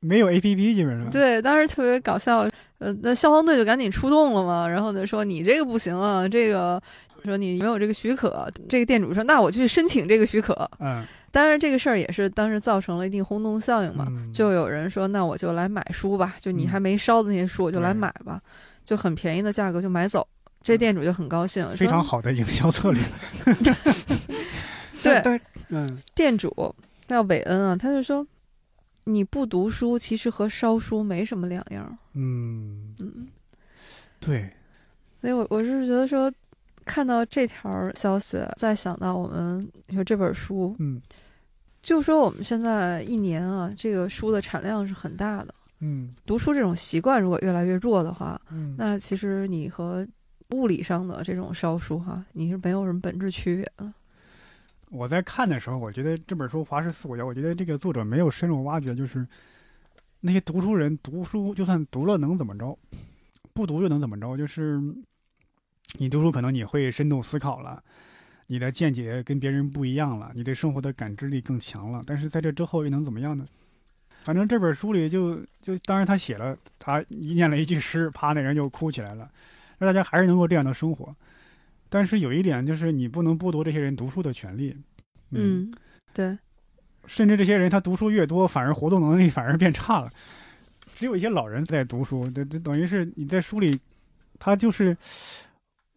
没有 A P P 基本上。
对，当时特别搞笑。呃，那消防队就赶紧出动了嘛，然后就说你这个不行啊，这个说你没有这个许可。这个店主说：那我去申请这个许可。
嗯，
当然，这个事儿也是当时造成了一定轰动效应嘛。
嗯
就有人说，那我就来买书吧，就你还没烧的那些书，我就来
对嗯
买吧，就很便宜的价格就买走。这店主就很高兴，说
非常好的营销策略。
对
但，嗯，
店主叫韦恩啊，他就说，你不读书其实和烧书没什么两样儿。
嗯，
嗯，
对，
所以我我是觉得说，看到这条消息，再想到我们就这本书，
嗯
就说我们现在一年啊，这个书的产量是很大的。
嗯
读书这种习惯如果越来越弱的话，
嗯，
那其实你和物理上的这种烧书哈、你是没有什么本质区别的。
我在看的时候，我觉得这本书《华氏四五幺》，我觉得这个作者没有深入挖掘，就是那些读书人读书，就算读了能怎么着，不读又能怎么着？就是你读书，可能你会深度思考了，你的见解跟别人不一样了，你对生活的感知力更强了。但是在这之后又能怎么样呢？反正这本书里就就，当然他写了，他一念了一句诗，啪，那人就哭起来了。让大家还是能够这样的生活，但是有一点就是你不能剥夺这些人读书的权利。，
嗯，对，
甚至这些人他读书越多，反而活动能力反而变差了。只有一些老人在读书，这这等于是你在书里，他就是，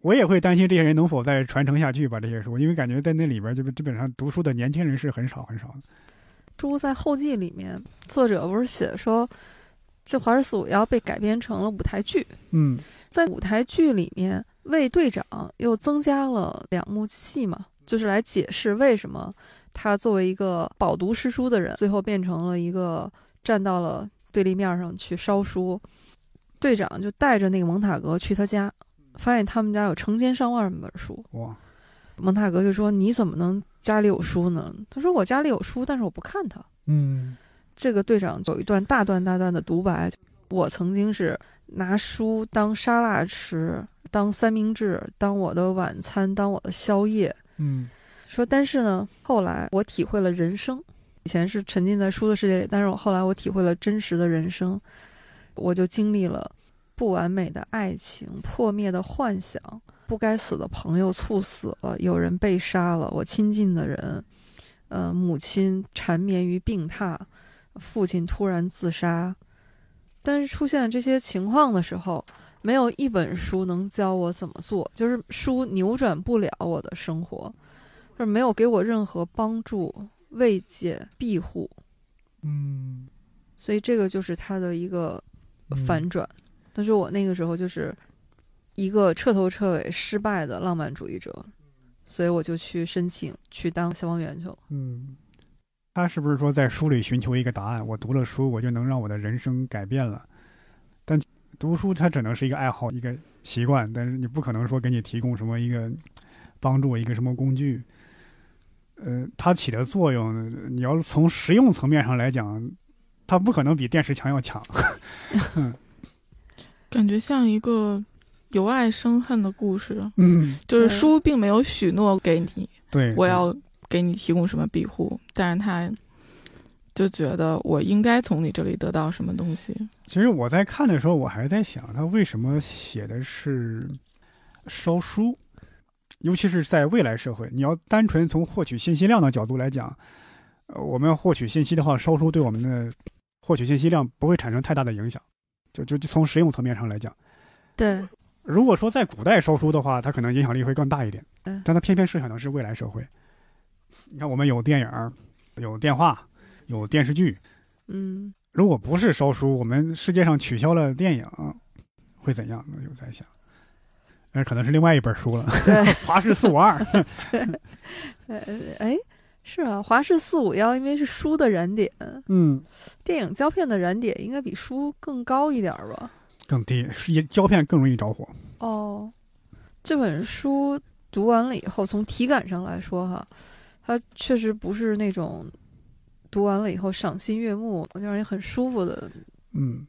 我也会担心这些人能否再传承下去吧。这些书，因为感觉在那里边就基本上读书的年轻人是很少很少的。
诸在后记里面，作者不是写说，这《华氏四五幺》被改编成了舞台剧，
嗯
在舞台剧里面，卫队长又增加了两幕戏嘛，就是来解释为什么他作为一个饱读诗书的人，最后变成了一个站到了对立面上去烧书。队长就带着那个蒙塔格去他家，发现他们家有成千上万本书。
哇，
蒙塔格就说：“你怎么能家里有书呢？”他说：“我家里有书，但是我不看它。”
嗯
这个队长有一段大段大段的独白，我曾经是拿书当沙拉吃，当三明治，当我的晚餐，当我的宵夜。
嗯
说，但是呢，后来我体会了人生，以前是沉浸在书的世界里，但是我后来我体会了真实的人生，我就经历了不完美的爱情、破灭的幻想、不该死的朋友猝死了，有人被杀了，我亲近的人，呃，母亲缠绵于病榻，父亲突然自杀。但是出现这些情况的时候，没有一本书能教我怎么做，就是书扭转不了我的生活。就是没有给我任何帮助、慰藉、庇护，
嗯，
所以这个就是他的一个反转。但是我那个时候就是一个彻头彻尾失败的浪漫主义者，所以我就去申请去当消防员去了。
嗯，他是不是说在书里寻求一个答案？我读了书，我就能让我的人生改变了？但读书它只能是一个爱好，一个习惯，但是你不可能说给你提供什么一个帮助，一个什么工具。呃，它起的作用，你要从实用层面上来讲，它不可能比电视墙要强。
感觉像一个由爱生恨的故事，啊
嗯，
就
对
是书并没有许诺给你
对，
我
嗯对
要给你提供什么庇护，但是他就觉得我应该从你这里得到什么东西。
其实我在看的时候，我还在想，他为什么写的是烧书，尤其是在未来社会，你要单纯从获取信息量的角度来讲，呃，我们要获取信息的话，烧书对我们的获取信息量不会产生太大的影响，就就就从实用层面上来讲。
对，
如果说在古代烧书的话，它可能影响力会更大一点
嗯，
但它偏偏设想的是未来社会。你看，我们有电影儿，有电话，有电视剧，
嗯，
如果不是烧书，我们世界上取消了电影，会怎样呢？我就在想，那可能是另外一本书了，
对，
《 华氏四五二》。
哎，是啊，华氏四五幺因为是书的燃点，
嗯，
电影胶片的燃点应该比书更高一点儿吧？
更低，是也胶片更容易着火。
哦，这本书读完了以后，从体感上来说哈，它确实不是那种读完了以后赏心悦目，就让人很舒服的。
嗯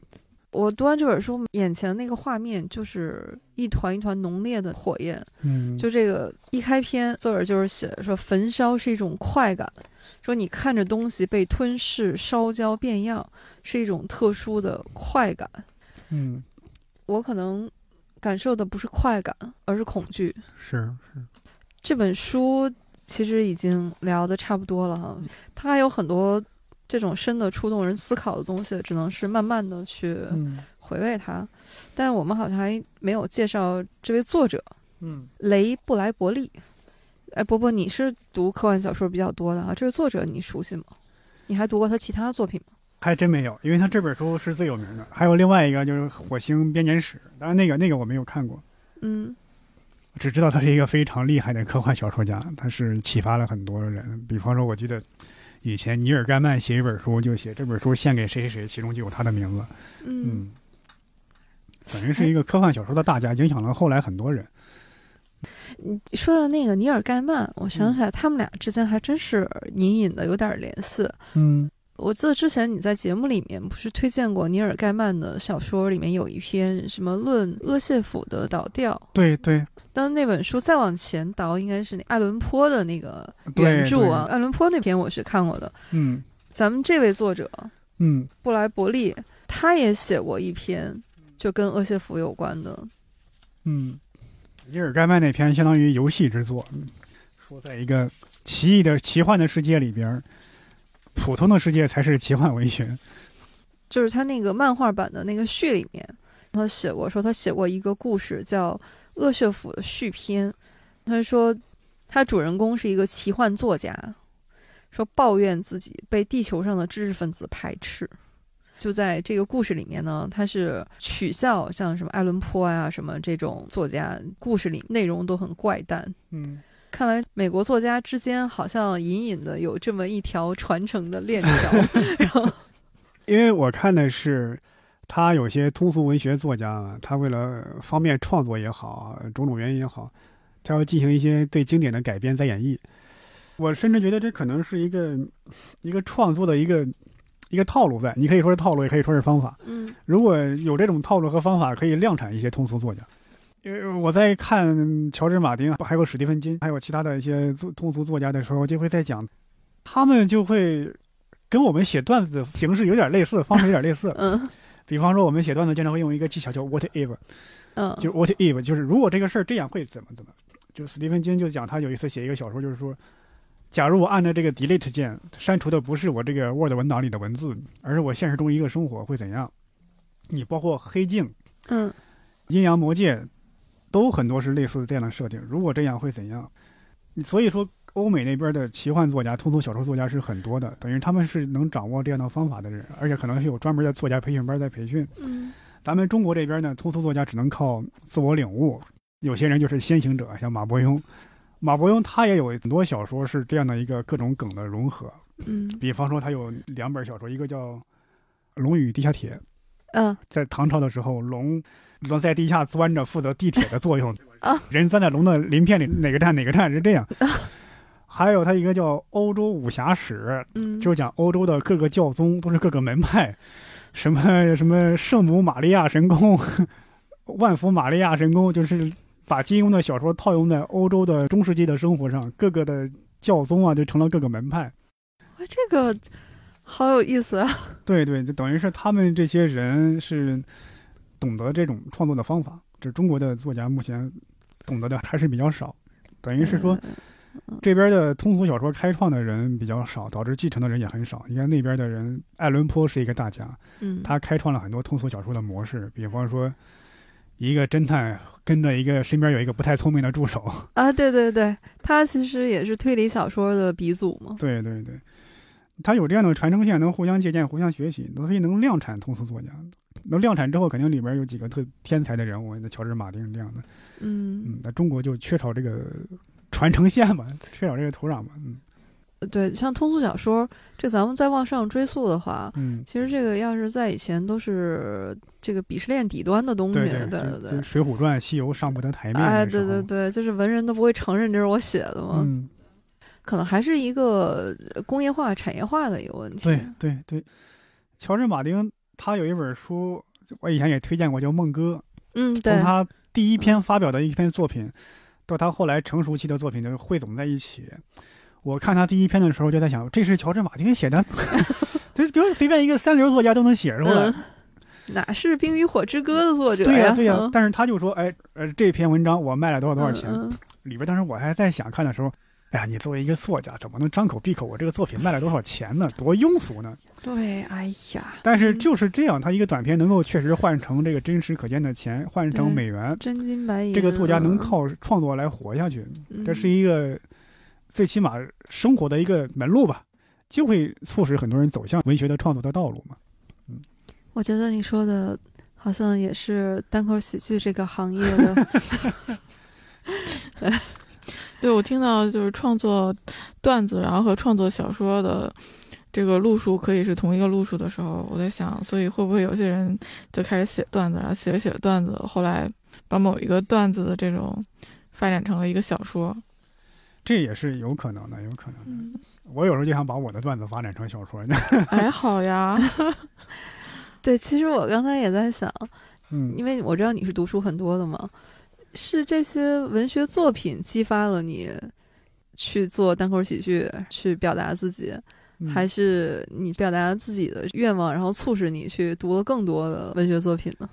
我读完这本书，眼前那个画面就是一团一团浓烈的火焰。
嗯，
就这个一开篇，作者就是写说，焚烧是一种快感，说你看着东西被吞噬、烧焦、变样，是一种特殊的快感。
嗯
我可能感受的不是快感，而是恐惧。
是
这本书其实已经聊的差不多了哈，它还有很多这种深的触动人思考的东西，只能是慢慢的去
嗯
回味它。但我们好像还没有介绍这位作者
嗯，
雷布莱伯利。哎，伯伯，你是读科幻小说比较多的啊？这位作者你熟悉吗？你还读过他其他作品吗？
还真没有，因为他这本书是最有名的。还有另外一个就是《火星编年史》，当然那个那个我没有看过，
嗯
只知道他是一个非常厉害的科幻小说家，他是启发了很多人。比方说，我记得以前尼尔盖曼写一本书，就写这本书献给谁谁谁，其中就有他的名字。
嗯，
嗯，等于是一个科幻小说的大家，影响了后来很多人。
你说到那个尼尔盖曼，我想
嗯
起来他们俩之间还真是隐隐的有点联系。
嗯，
我记得之前你在节目里面不是推荐过尼尔盖曼的小说，里面有一篇什么论阿谢夫的倒调，
对对
但那本书再往前倒应该是那爱伦坡的那个
对
原著啊，爱伦坡那篇我是看过的。
嗯
咱们这位作者
嗯，
布莱伯利，他也写过一篇就跟阿谢夫有关的，
嗯，尼尔盖曼那篇相当于游戏之作，嗯说在一个奇异的奇幻的世界里边儿，普通的世界才是奇幻文学。
就是他那个漫画版的那个序里面，他写过说他写过一个故事叫《恶血府的续篇》，他说他主人公是一个奇幻作家，说抱怨自己被地球上的知识分子排斥。就在这个故事里面呢，他是取笑像什么爱伦坡啊什么这种作家，故事里内容都很怪诞。
嗯，
看来美国作家之间好像隐隐的有这么一条传承的链条，然后
因为我看的是，他有些通俗文学作家啊，他为了方便创作也好，种种原因也好，他要进行一些对经典的改编再演绎。我甚至觉得这可能是一个一个创作的一个一个套路在，你可以说是套路，也可以说是方法。
嗯。
如果有这种套路和方法，可以量产一些通俗作家。因为我在看乔治·马丁，啊还有史蒂芬金，还有其他的一些作通俗作家的时候，就会在讲，他们就会跟我们写段子的形式有点类似，方式有点类似
嗯
比方说，我们写段子经常会用一个技巧叫 “what if”，
嗯，
就是 “what if”，就是如果这个事儿这样会怎么怎么。就史蒂芬金就讲，他有一次写一个小说，就是说，假如我按照这个 delete 键删除的不是我这个 Word 文档里的文字，而是我现实中一个生活会怎样？你包括黑镜。
嗯
阴阳魔界都很多是类似这样的设定。如果这样会怎样？所以说，欧美那边的奇幻作家、通俗小说作家是很多的，等于他们是能掌握这样的方法的人，而且可能是有专门的作家培训班在培训。
嗯
咱们中国这边呢，通俗作家只能靠自我领悟，有些人就是先行者，像马伯庸。马伯庸他也有很多小说是这样的一个各种梗的融合，
嗯
比方说他有两本小说，一个叫《龙与地下铁》，
嗯
在唐朝的时候，龙龙在地下钻着，负责地铁的作用
啊
人钻在龙的鳞片里，哪个站哪个站是这样。还有他一个叫《欧洲武侠史》，
嗯，
就是讲欧洲的各个教宗都是各个门派，什么 什么圣母玛利亚神功、 万福玛利亚神功，就是把金庸的小说套用在欧洲的中世纪的生活上，各个的教宗啊就成了各个门派。
哇这个好有意思啊！
对对，就等于是他们这些人是懂得这种创作的方法，这中国的作家目前懂得的还是比较少，等 于是说
嗯，
这边的通俗小说开创的人比较少，导致继承的人也很少。你看那边的人，爱伦坡是一个大家，
嗯，
他开创了很多通俗小说的模式，比方说一个侦探跟着一个身边有一个不太聪明的助手，
啊，对对对，他其实也是推理小说的鼻祖嘛。
对对对，他有这样的传承线，能互相借鉴、互相学习，所以能量产通俗作家。能量产之后，肯定里边有几个特天才的人物，那乔治·马丁这样的。
嗯，
嗯，那中国就缺少这个传承线嘛，缺少这个土壤嘛。嗯
呃对，像通俗小说，这咱们再往上追溯的话，
嗯，
其实这个要是在以前都是这个鄙视链底端的东西。
对
对
对
对
就《水浒传》《西游》上不得台面。那
哎，
时
对
候
对。对，就是文人都不会承认这是我写的嘛，
嗯，
可能还是一个呃工业化、产业化的一个问题。
对对对，乔治·马丁他有一本书，我以前也推荐过，叫《梦歌》。
嗯，
从
对，嗯
他第一篇发表的一篇作品，到他后来成熟期的作品，就是汇总在一起。我看他第一篇的时候，就在想，这是乔治·马丁写的， 这给我随便一个三流作家都能写出来。
嗯，哪是《冰与火之歌》的作者
对
呀？
对呀、
嗯
但是他就说，哎，呃，这篇文章我卖了多少多少钱？
嗯嗯
里边当时我还在想看的时候，哎呀，你作为一个作家，怎么能张口闭口我这个作品卖了多少钱呢？多庸俗呢？
对，哎呀，
但是就是这样，他一个短片能够确实换成这个真实可见的钱，换成
对
美元，
真金白银。
这个作家能
嗯，
靠创作来活下去，这是
一
一个最起码生活的一个门路吧，就会促使很多人走向文学的创作的道路嘛。
我觉得你说的，好像也是单口喜剧这个行业 的
对我听到就是创作段子，然后和创作小说的这个路数可以是同一个路数的时候，我在想，所以会不会有些人就开始写段子，然后写着写着段子，后来把某一个段子的这种发展成了一个小说？
这也是有可能的，有可能的。
嗯，
我有时候就想把我的段子发展成小说。
还哎好呀，
对，其实我刚才也在想，
嗯，
因为我知道你是读书很多的嘛，是这些文学作品激发了你去做单口喜剧，去表达自己，
嗯
还是你表达自己的愿望，然后促使你去读了更多的文学作品呢？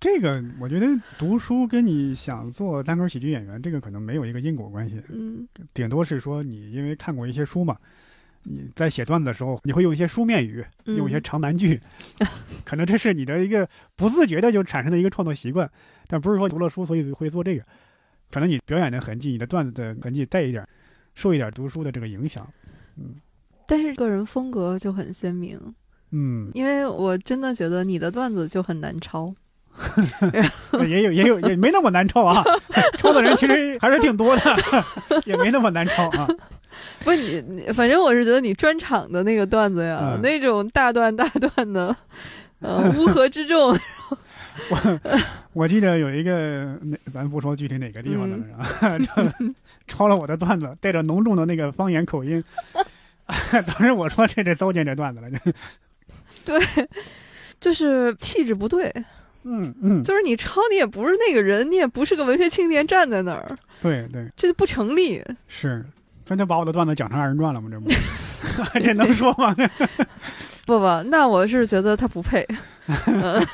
这个，我觉得读书跟你想做单口喜剧演员，这个可能没有一个因果关系，
嗯，
顶多是说你因为看过一些书嘛，你在写段子的时候，你会用一些书面语，用
嗯
一些长难句，可能这是你的一个不自觉的就产生的一个创作习惯，但不是说读了书所以会做这个，可能你表演的痕迹、你的段子的痕迹带一点，受一点读书的这个影响。
但是个人风格就很鲜明，
嗯，
因为我真的觉得你的段子就很难抄。
也有也有也没那么难抄啊， 抄的人其实还是挺多的， 也没那么难抄啊。
不，你你反正我是觉得你专场的那个段子呀，
嗯
那种大段大段的，呃，乌合之众，
我记得有一个那咱不说具体哪个地方的人啊，就抄了我的段子，带着浓重的那个方言口音。 当时我说这这糟践这段子了，就
就是气质不对，
嗯嗯，
就是你抄你也不是那个人，你也不是个文学青年站在那儿，
对对
这就不成立。
是，那就把我的段子讲成二人转了吗？这不， 这能说吗？
不不，那我是觉得他不配。 嗯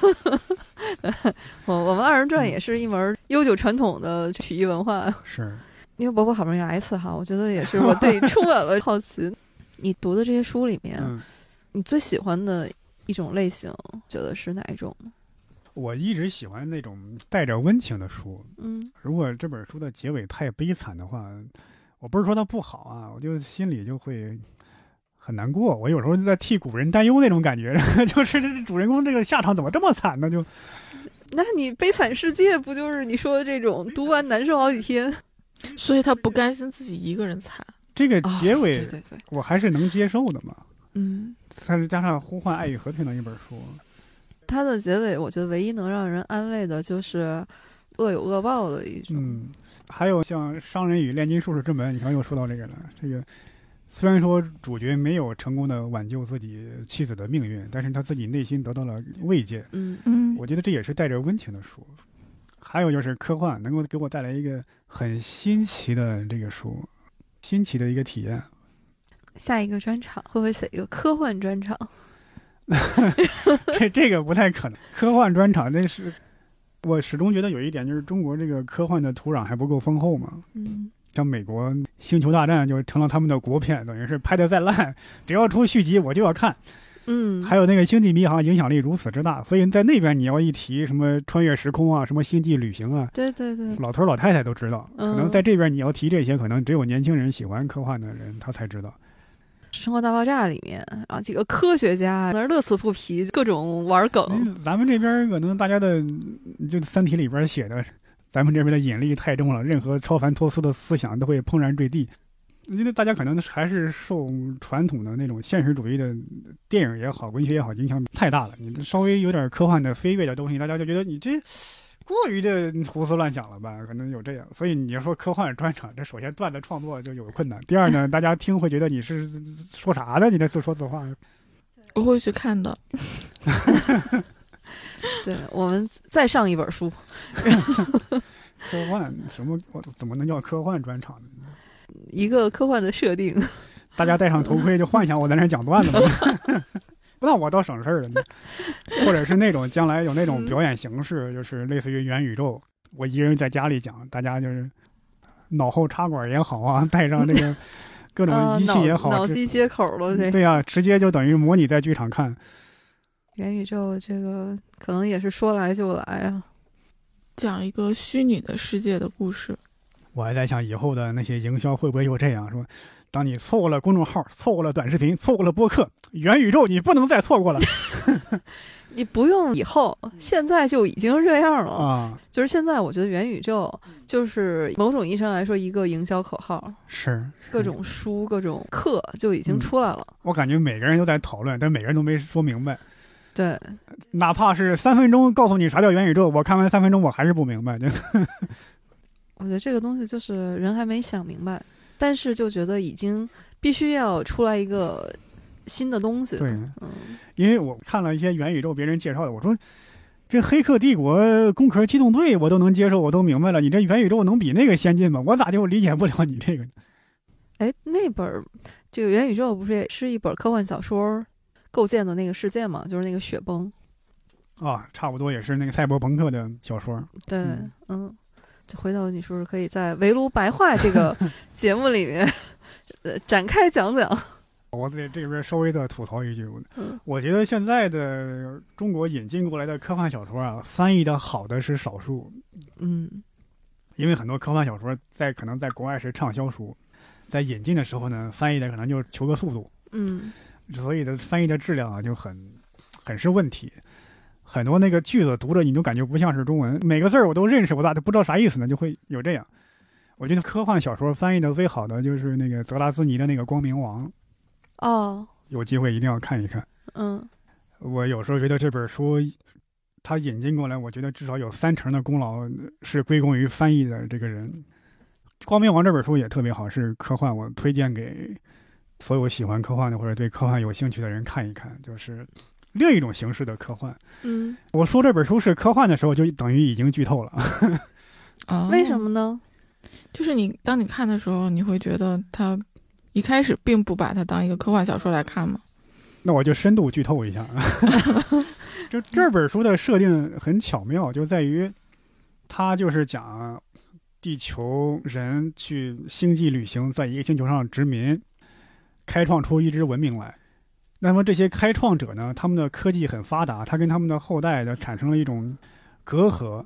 我我们二人
嗯
转也是一门悠久传统的曲艺文化，
是，
因为伯伯好不容易来一次哈，我觉得也是我 对你充满了好奇。你读的这些书里面，
嗯，
你最喜欢的一种类型，觉得是哪一种呢？
我一直喜欢那种带着温情的书。
嗯
如果这本书的结尾太悲惨的话，我不是说它不好啊，我就心里就会很难过。我有时候在替古人担忧那种感觉， 就是这主人公这个下场怎么这么惨呢？就，
那你《悲惨世界》不就是你说的这 种读完难受好 几天？
所以他不甘心自己一个人惨。
这个结
啊
尾
对对对，
我还是能接受的嘛。
嗯。
再加上呼唤爱与和平的一本书，
它的结尾，我觉得唯一能让人安慰的就是恶有恶报的一种。
嗯，还有像《商人与炼金术士之门》，你刚又说到这个了。这个虽然说主角没有成功的挽救自己妻子的命运，但是他自己内心得到了慰藉。
嗯
嗯
我觉得这也是带着温情的书。还有就是科幻，能够给我带来一个很新奇的这个书，新奇的一个体验。
下一个专场会不会写一个科幻专场？
这这个不太可能。科幻专场那是，我始终觉得有一点就是中国这个科幻的土壤还不够丰厚嘛。
嗯，
像美国《星球大战》就成了他们的国片，等于是拍的再烂，只要出续集我就要看。
嗯，
还有那个《星际迷航》影响力如此之大，所以在那边你要一提什么穿越时空啊，什么星际旅行啊，
对对对，
老头儿老太太都知道。
嗯
可能在这边你要提这些，可能只有年轻人喜欢科幻的人他才知道。
《生活大爆炸》里面啊，几个科学家那儿乐此不疲，各种玩梗。
嗯咱们这边可能大家的就《三体》里边写的，咱们这边的引力太重了，任何超凡脱俗的思想都会怦然坠地。因为大家可能还是受传统的那种现实主义的电影也好、文学也好影响太大了。你稍微有点科幻的飞跃的东西，大家就觉得你这过于的胡思乱想了吧？可能有这样。所以你要说科幻专场，这首先段子创作就有困难。第二呢，大家听会觉得你是说啥呢？你这自说自话。
我会去看的。
对我们再上一本书，
科幻什么？我怎么能叫科幻专场呢？
一个科幻的设定。
大家戴上头盔就幻想我在那儿讲段子嘛， 那我倒省事儿了呢。或者是那种将来有那种表演形式，就是类似于元宇宙，我一个人在家里讲，大家就是脑后插管也好啊，带上这个各种仪器也好，
呃、脑脑
直
机接口了这。
对呀、直接就等于模拟在剧场看。
元宇宙这个可能也是说来就来啊。
讲一个虚拟的世界的故事。
我还在想以后的那些营销会不会又这样说：当你错过了公众号，错过了短视频，错过了播客，元宇宙你不能再错过了
你不用以后，现在就已经这样了。
嗯啊！嗯
就是现在，我觉得元宇宙就是某种意义上来说一个营销口号，
是
各种书、各种课就已
嗯
经出来了。
我感觉每个人都在讨论，但每个人都没说明白。
对，
哪怕是三分钟告诉你啥叫元宇宙，我看完三分钟我还是不明白。就
我觉得这个东西就是人还没想明白，但是就觉得已经必须要出来一个新的东西。
对，
嗯，
因为我看了一些元宇宙别人介绍的，我说这《黑客帝国》《工壳机动队》我都能接受，我都明白了。你这元宇宙能比那个先进吗？我咋就理解不了你这个？
哎，那本儿这个元宇宙不是也是一本科幻小说构建的那个世界嘛？就是那个雪崩。
啊，差不多也是那个赛博朋克的小说。
对，
嗯
嗯。就回头你是不是可以在《围炉白话》这个节目里面，呃，展开讲讲？
我在这边稍微的吐槽一句，我
嗯
我觉得现在的中国引进过来的科幻小说啊，翻译的好的是少数，
嗯，
因为很多科幻小说在可能在国外是畅销书，在引进的时候呢，翻译的可能就求个速度，
嗯，
所以的翻译的质量啊就很很是问题。很多那个句子读着你都感觉不像是中文，每个字儿我都认识，我咋都不知道啥意思呢？就会有这样。我觉得科幻小说翻译的最好的就是那个泽拉兹尼的那个《光明王》，
哦，
有机会一定要看一看。
嗯，
我有时候觉得这本书，它引进过来，我觉得至少有三成的功劳是归功于翻译的这个人。《光明王》这本书也特别好，是科幻，我推荐给所有喜欢科幻的或者对科幻有兴趣的人看一看，就是另一种形式的科幻。
嗯，
我说这本书是科幻的时候，就等于已经剧透了。
啊
为什么呢？
就是你当你看的时候，你会觉得它一开始并不把它当一个科幻小说来看嘛？
那我就深度剧透一下 啊，就这本书的设定很巧妙，就在于它就是讲地球人去星际旅行，在一个星球上殖民，开创出一支文明来。那么这些开创者呢，他们的科技很发达，他跟他们的后代呢产生了一种隔阂，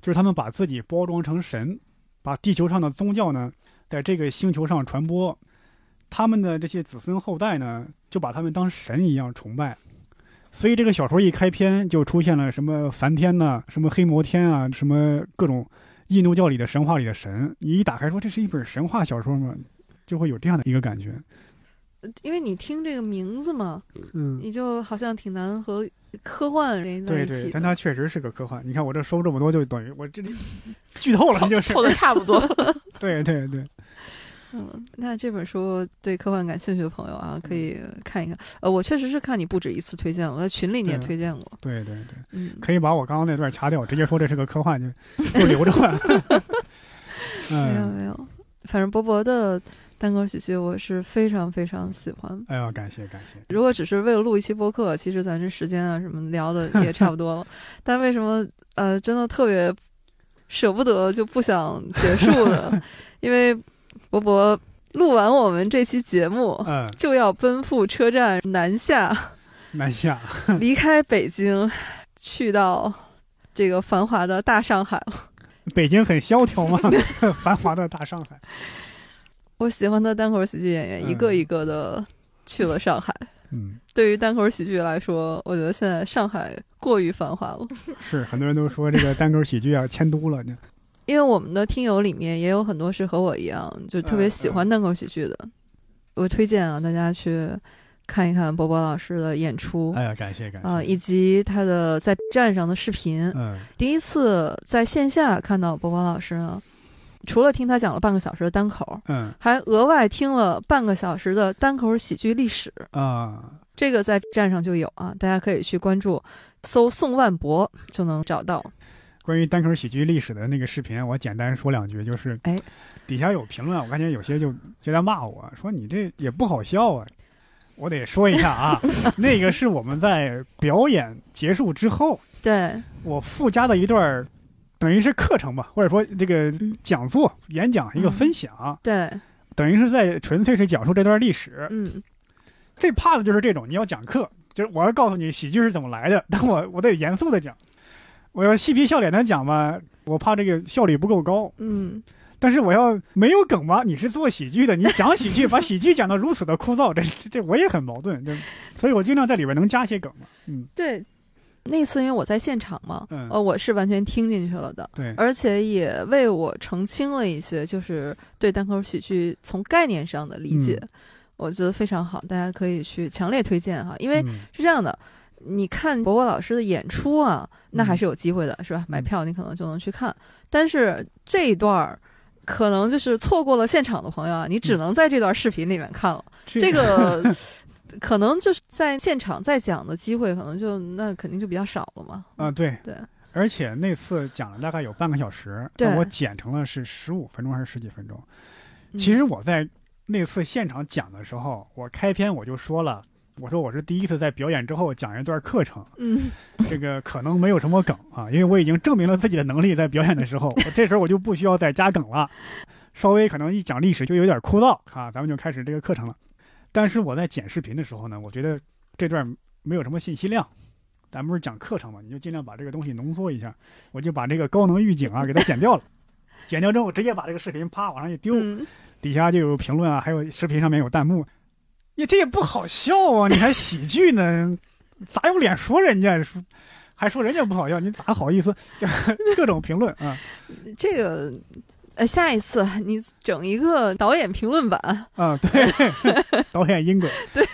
就是他们把自己包装成神，把地球上的宗教呢，在这个星球上传播，他们的这些子孙后代呢，就把他们当神一样崇拜。所以这个小说一开篇就出现了什么梵天呐、什么黑摩天啊，什么各种印度教里的神话里的神。你一打开说这是一本神话小说吗？就会有这样的一个感觉。
因为你听这个名字嘛，
嗯，
你就好像挺难和科幻联系在
对
一起
对，
的。
但它确实是个科幻。你看我这说这么多，就等于我 这里剧透了，就是
透的差 不多。
对对对，
嗯，那这本书对科幻感兴趣的朋友啊，
嗯
可以看一看。呃，我确实是看你不止一次推荐了，我在群里你也
对啊
推荐过。
对对对。
嗯，
可以把我刚刚那段掐掉，直接说这是个科幻就就留着 吧。
没有
嗯，
没有，反正博博的单口喜剧我是非常非常喜欢。
哎呀，感谢感谢。
如果只是为了录一期播客，其实咱这时间啊什么聊的也差不多了。但为什么呃真的特别舍不得就不想结束呢？因为博博录完我们这期节目
嗯，
就要奔赴车站南下，
南下，
离开北京，去到这个繁华的大上海了。
北京很萧条吗？繁华的大上海。
我喜欢的单口喜剧演员一个
嗯
一个的去了上海。
嗯，
对于单口喜剧来说，我觉得现在上海过于繁华了。
是很多人都说这个单口喜剧啊迁都了呢。
因为我们的听友里面也有很多是和我一样，就特别喜
嗯
欢单口喜剧的。我推荐啊，大家去看一看博博老师的演出
哎呀，感谢感谢。
啊、以及他的在 B 站上的视频。
嗯
第一次在线下看到博博老师呢，除了听他讲了半个小时的单口，
嗯
还额外听了半个小时的单口喜剧历史。
啊，
这个在 B 站上就有啊，大家可以去关注，搜宋万博就能找到。
关于单口喜剧历史的那个视频，我简单说两句，就是
哎，
底下有评论，我看见有些就就在骂我说你这也不好笑啊。我得说一下啊，那个是我们在表演结束之后，
对，
我附加的一段等于是课程吧，或者说这个
嗯
讲座、演讲一个
嗯
分享，
对，
等于是在纯粹是讲述这段历史。
嗯，
最怕的就是这种，你要讲课，就是我要告诉你喜剧是怎么来的，但我我得严肃的讲，我要嬉皮笑脸的讲吧，我怕这个效率不够高。
嗯，
但是我要没有梗吧，你是做喜剧的，你讲喜 剧，把喜剧讲到如此的枯燥，这这这我也很矛盾，这，所以我尽量在里边能加些梗嘛。嗯，
对。那次因为我在现场嘛，
嗯
呃，我是完全听进去了的，
对，
而且也为我澄清了一些，就是对单口喜剧从概念上的理解，
嗯
我觉得非常好，大家可以去强烈推荐哈，因为
嗯
是这样的，你看博博老师的演出啊，
嗯
那还是有机会的，是吧？买票你可能就能去看，但是这一段儿。可能就是错过了现场的朋友啊，你
嗯
只能在这段视频里面看了。这个可能就是在现场再讲的机会，可能就那肯定就比较少了嘛。
啊，对
对，
而且那次讲了大概有半个小时，
对
但我剪成了是十五分钟还是十几分钟。
嗯
其实我在那次现场讲的时候，我开篇我就说了，我说我是第一次在表演之后讲一段课程，
嗯，
这个可能没有什么梗啊，因为我已经证明了自己的能力，在表演的时候，我这时候我就不需要再加梗了，稍微可能一讲历史就有点枯燥啊，咱们就开始这个课程了。但是我在剪视频的时候呢，我觉得这段没有什么信息量，咱们不是讲课程嘛，你就尽量把这个东西浓缩一下，我就把这个高能预警啊给它剪掉了，剪掉之后直接把这个视频啪往上一丢，
嗯
底下就有评论啊，还有视频上面有弹幕，哎呀，这也不好笑啊，你还喜剧呢， 咋有脸说人家说，还说人家不好笑，你咋好意思？就 各种评论啊
这个呃，下一次你整一个导演评论版，
啊，对， 导演阴鬼，对，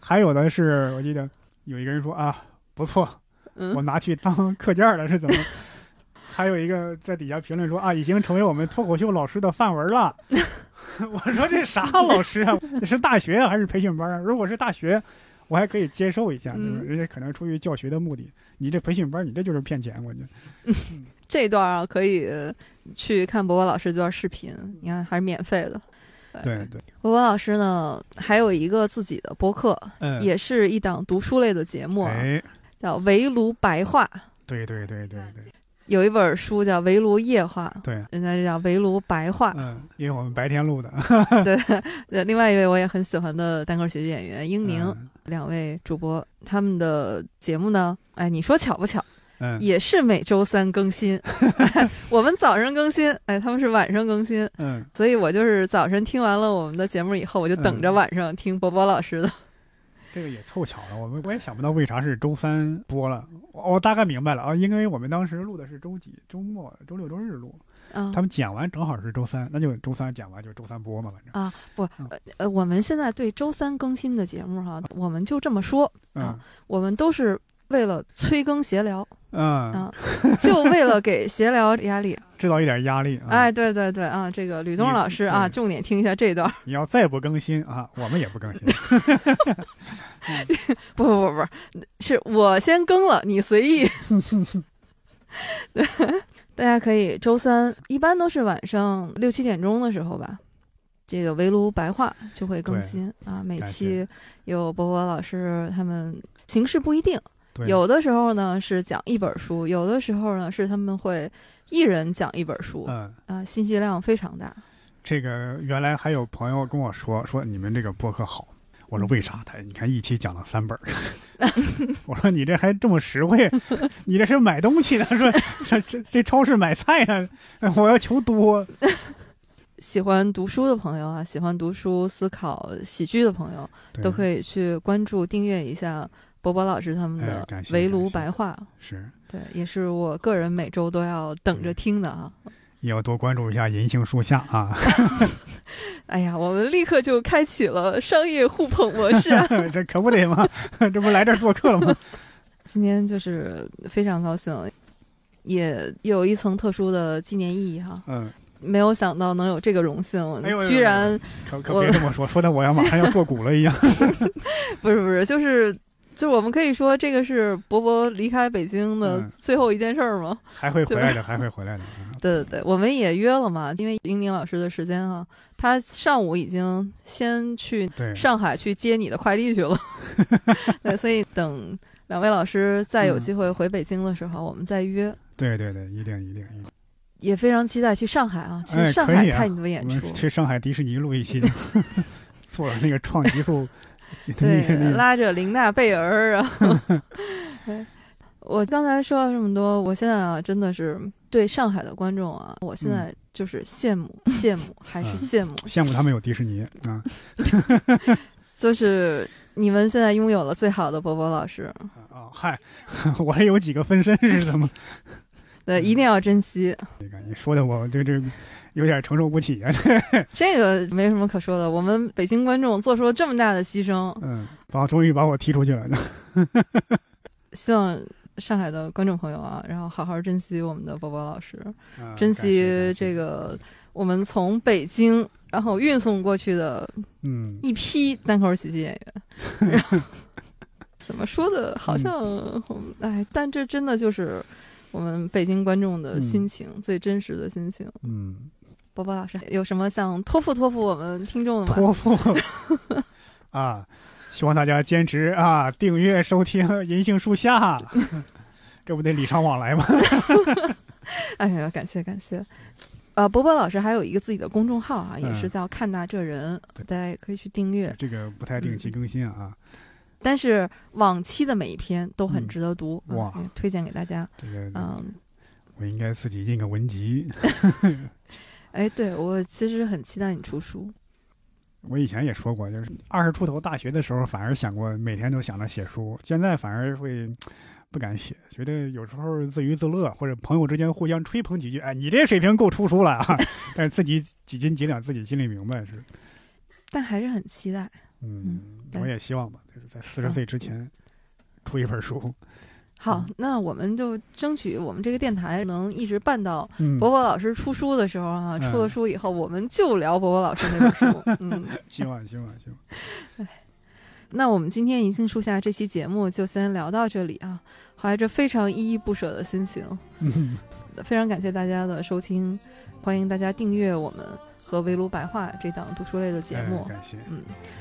还有的是我记得有一个人说啊，不错，我
嗯，
拿去当课件了是怎么？还有一个在底下评论说啊，已经成为我们脱口秀老师的范文了。我说这啥老师啊？这是大学啊还是培训班啊？如果是大学，我还可以接受一下，对吧
嗯
人家可能出于教学的目的。你这培训班，你这就是骗钱，我觉得。
这一段啊可以去看博博老师这段视频，你看还是免费的。
对对，
博博老师呢，还有一个自己的播客，
嗯，
也是一档读书类的节目啊，
哎，
叫《围炉白话》，
对对对对对
有一本书叫《围炉夜话》。
对，
人家就叫围炉白话，
嗯，因为我们白天录的，
呃，另外一位我也很喜欢的单口喜剧演员英宁，
嗯
两位主播他们的节目呢，哎，你说巧不巧？
嗯
也是每周三更新， 我们早上更新，哎，他们是晚上更新，
嗯，
所以我就是早晨听完了我们的节目以后，我就等
嗯
着晚上听博博老师 的。
这个也凑巧了，我们我也想不到为啥是周三播了，我我大概明白了啊，因为我们当时录的是周几，周末、周六、周日录，
啊
他们剪完正好是周三，那就周三剪完就是周三播嘛，反正
啊，不
嗯，
呃呃，我们现在对周三更新的节目哈，我们就这么说，
嗯
啊我们都是为了催更闲聊，
嗯，
啊就为了给闲聊 压力。
制造一点压力啊。
哎，对对对啊，这个吕东老师啊，
对
重点听一下这段。
你要再不更新啊，我们也不更新。
不不不不，是我先更了，你随意。对， 大家可以周三，一般都是晚上六七点钟的时候吧。这个围炉白话就会更新啊，每期有博博老师他们形式不一定，
对，
有的时候呢是讲一本书，有的时候呢是他们会一人讲一本书、
嗯，
啊，信息量非常大。
这个原来还有朋友跟我说说你们这个播客好，我说
嗯
为啥？他你看一期讲了三 本儿，我说你这还这么实惠，你这是买东西呢？说说这这超市买菜呢？我要求多。
喜欢读书的朋友啊，喜欢读书、思考喜剧的朋友，
对
都可以去关注、订阅一下博博老师他们
哎
的
感谢
《围炉
感谢
白话》
是
对，也是我个人每周都要等
嗯
着听的啊。
也要多关注一下银杏树下啊，
哎呀，我们立刻就开启了商业互捧模 式、啊。
这可不得吗？这不来这儿做客了吗？
今天就是非常高兴，也有一层特殊的纪念意义哈、
嗯。
没有想到能有这个荣幸，
哎呦哎呦
居然
可可
我
别这么说，说的我要马上要做骨了一样。
不是不是，就是就是我们可以说这个是博博离开北京的
嗯
最后一件事儿吗？
还会回来 的，还会回来的。嗯
对对对，我们也约了嘛，因为英宁老师的时间啊，他上午已经先去
对，
上海去接你的快递去了，对，所以等两位老师再有
嗯
机会回北京的时候，我们再约。
对对对，一定一定。一定
也非常期待去上海啊，去
哎
上
可
海
以啊
看你们
我
演
们
出。
去上海迪士尼录一 期，做那个创极速，
对
那个，那个
拉着玲娜贝儿 啊。 对我刚才说了这么多，我现在啊，真的是对上海的观众啊，我现在就是羡慕、羡慕还是
嗯
羡慕，
羡慕他们有迪士尼啊！
就是你们现在拥有了最好的博博老师，
哦，嗨， 我还有几个分身是怎么？嗯
对，一定要 珍惜。
你看你说的我这这有点承受不起啊！
这个没什么可说的，我们北京观众做出了这么大的牺牲，
嗯，把我终于把我踢出去了。
希望上海的观众朋友啊，然后好好珍惜我们的博博老师，
啊感
珍
谢
惜
感谢
这个我们从北京然后运送过去的
嗯，
一批单口喜剧演 员。然后怎么说的？好像我们哎，但这真的就是我们北京观众的心情，最真实的心情。
嗯，
波波老师有什么想托付托付我们听众的吗？
托 付啊，希望大家坚持啊，订阅收听《银杏树下》， 这不得礼尚往来吗？
哎呀，感谢感谢。呃，波波老师还有一个自己的公众号啊，也是
嗯
叫“看那这人”，
对
大家也可以去订阅。
这个不太定期更新啊，
但是往期的每一篇都很
嗯
值得读，啊
哇
也推荐给大家。
这个
嗯，
我应该自己印个文集。
哎，对我其实很期待你出书。
我以前也说过，就是二十出头大学的时候，反而想过每天都想着写书，现在反而会不敢写，觉得有时候自娱自乐，或者朋友之间互相吹捧几句，哎，你这水平够出书了啊！ 但是自己几斤几两，自己心里明白是，
但还是很期待，
嗯，
对
我也希望吧，就是在四
行
十岁之前出一本书，
好
嗯，
那我们就争取我们这个电台能一直办到
嗯，
伯伯老师出书的时候
嗯
啊。出了书以后，我们就聊伯伯老师那本 书。嗯，
希望希望希望，
那我们今天银杏树下这期节目就先聊到这里啊，怀着非常依依不舍的心情，
嗯，
非常感谢大家的收听，欢迎大家订阅我们和围炉白话这档读书类的节目
哎。感谢，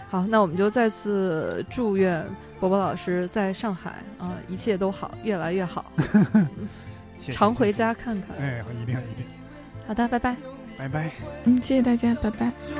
好，那我们就再次祝愿伯伯老师在上海啊、一切都好，越来越好，
谢哎谢
常回家，看看。
谢谢哎，一定一定，
好的，拜拜。
拜拜。
嗯，谢谢大家，拜拜。
就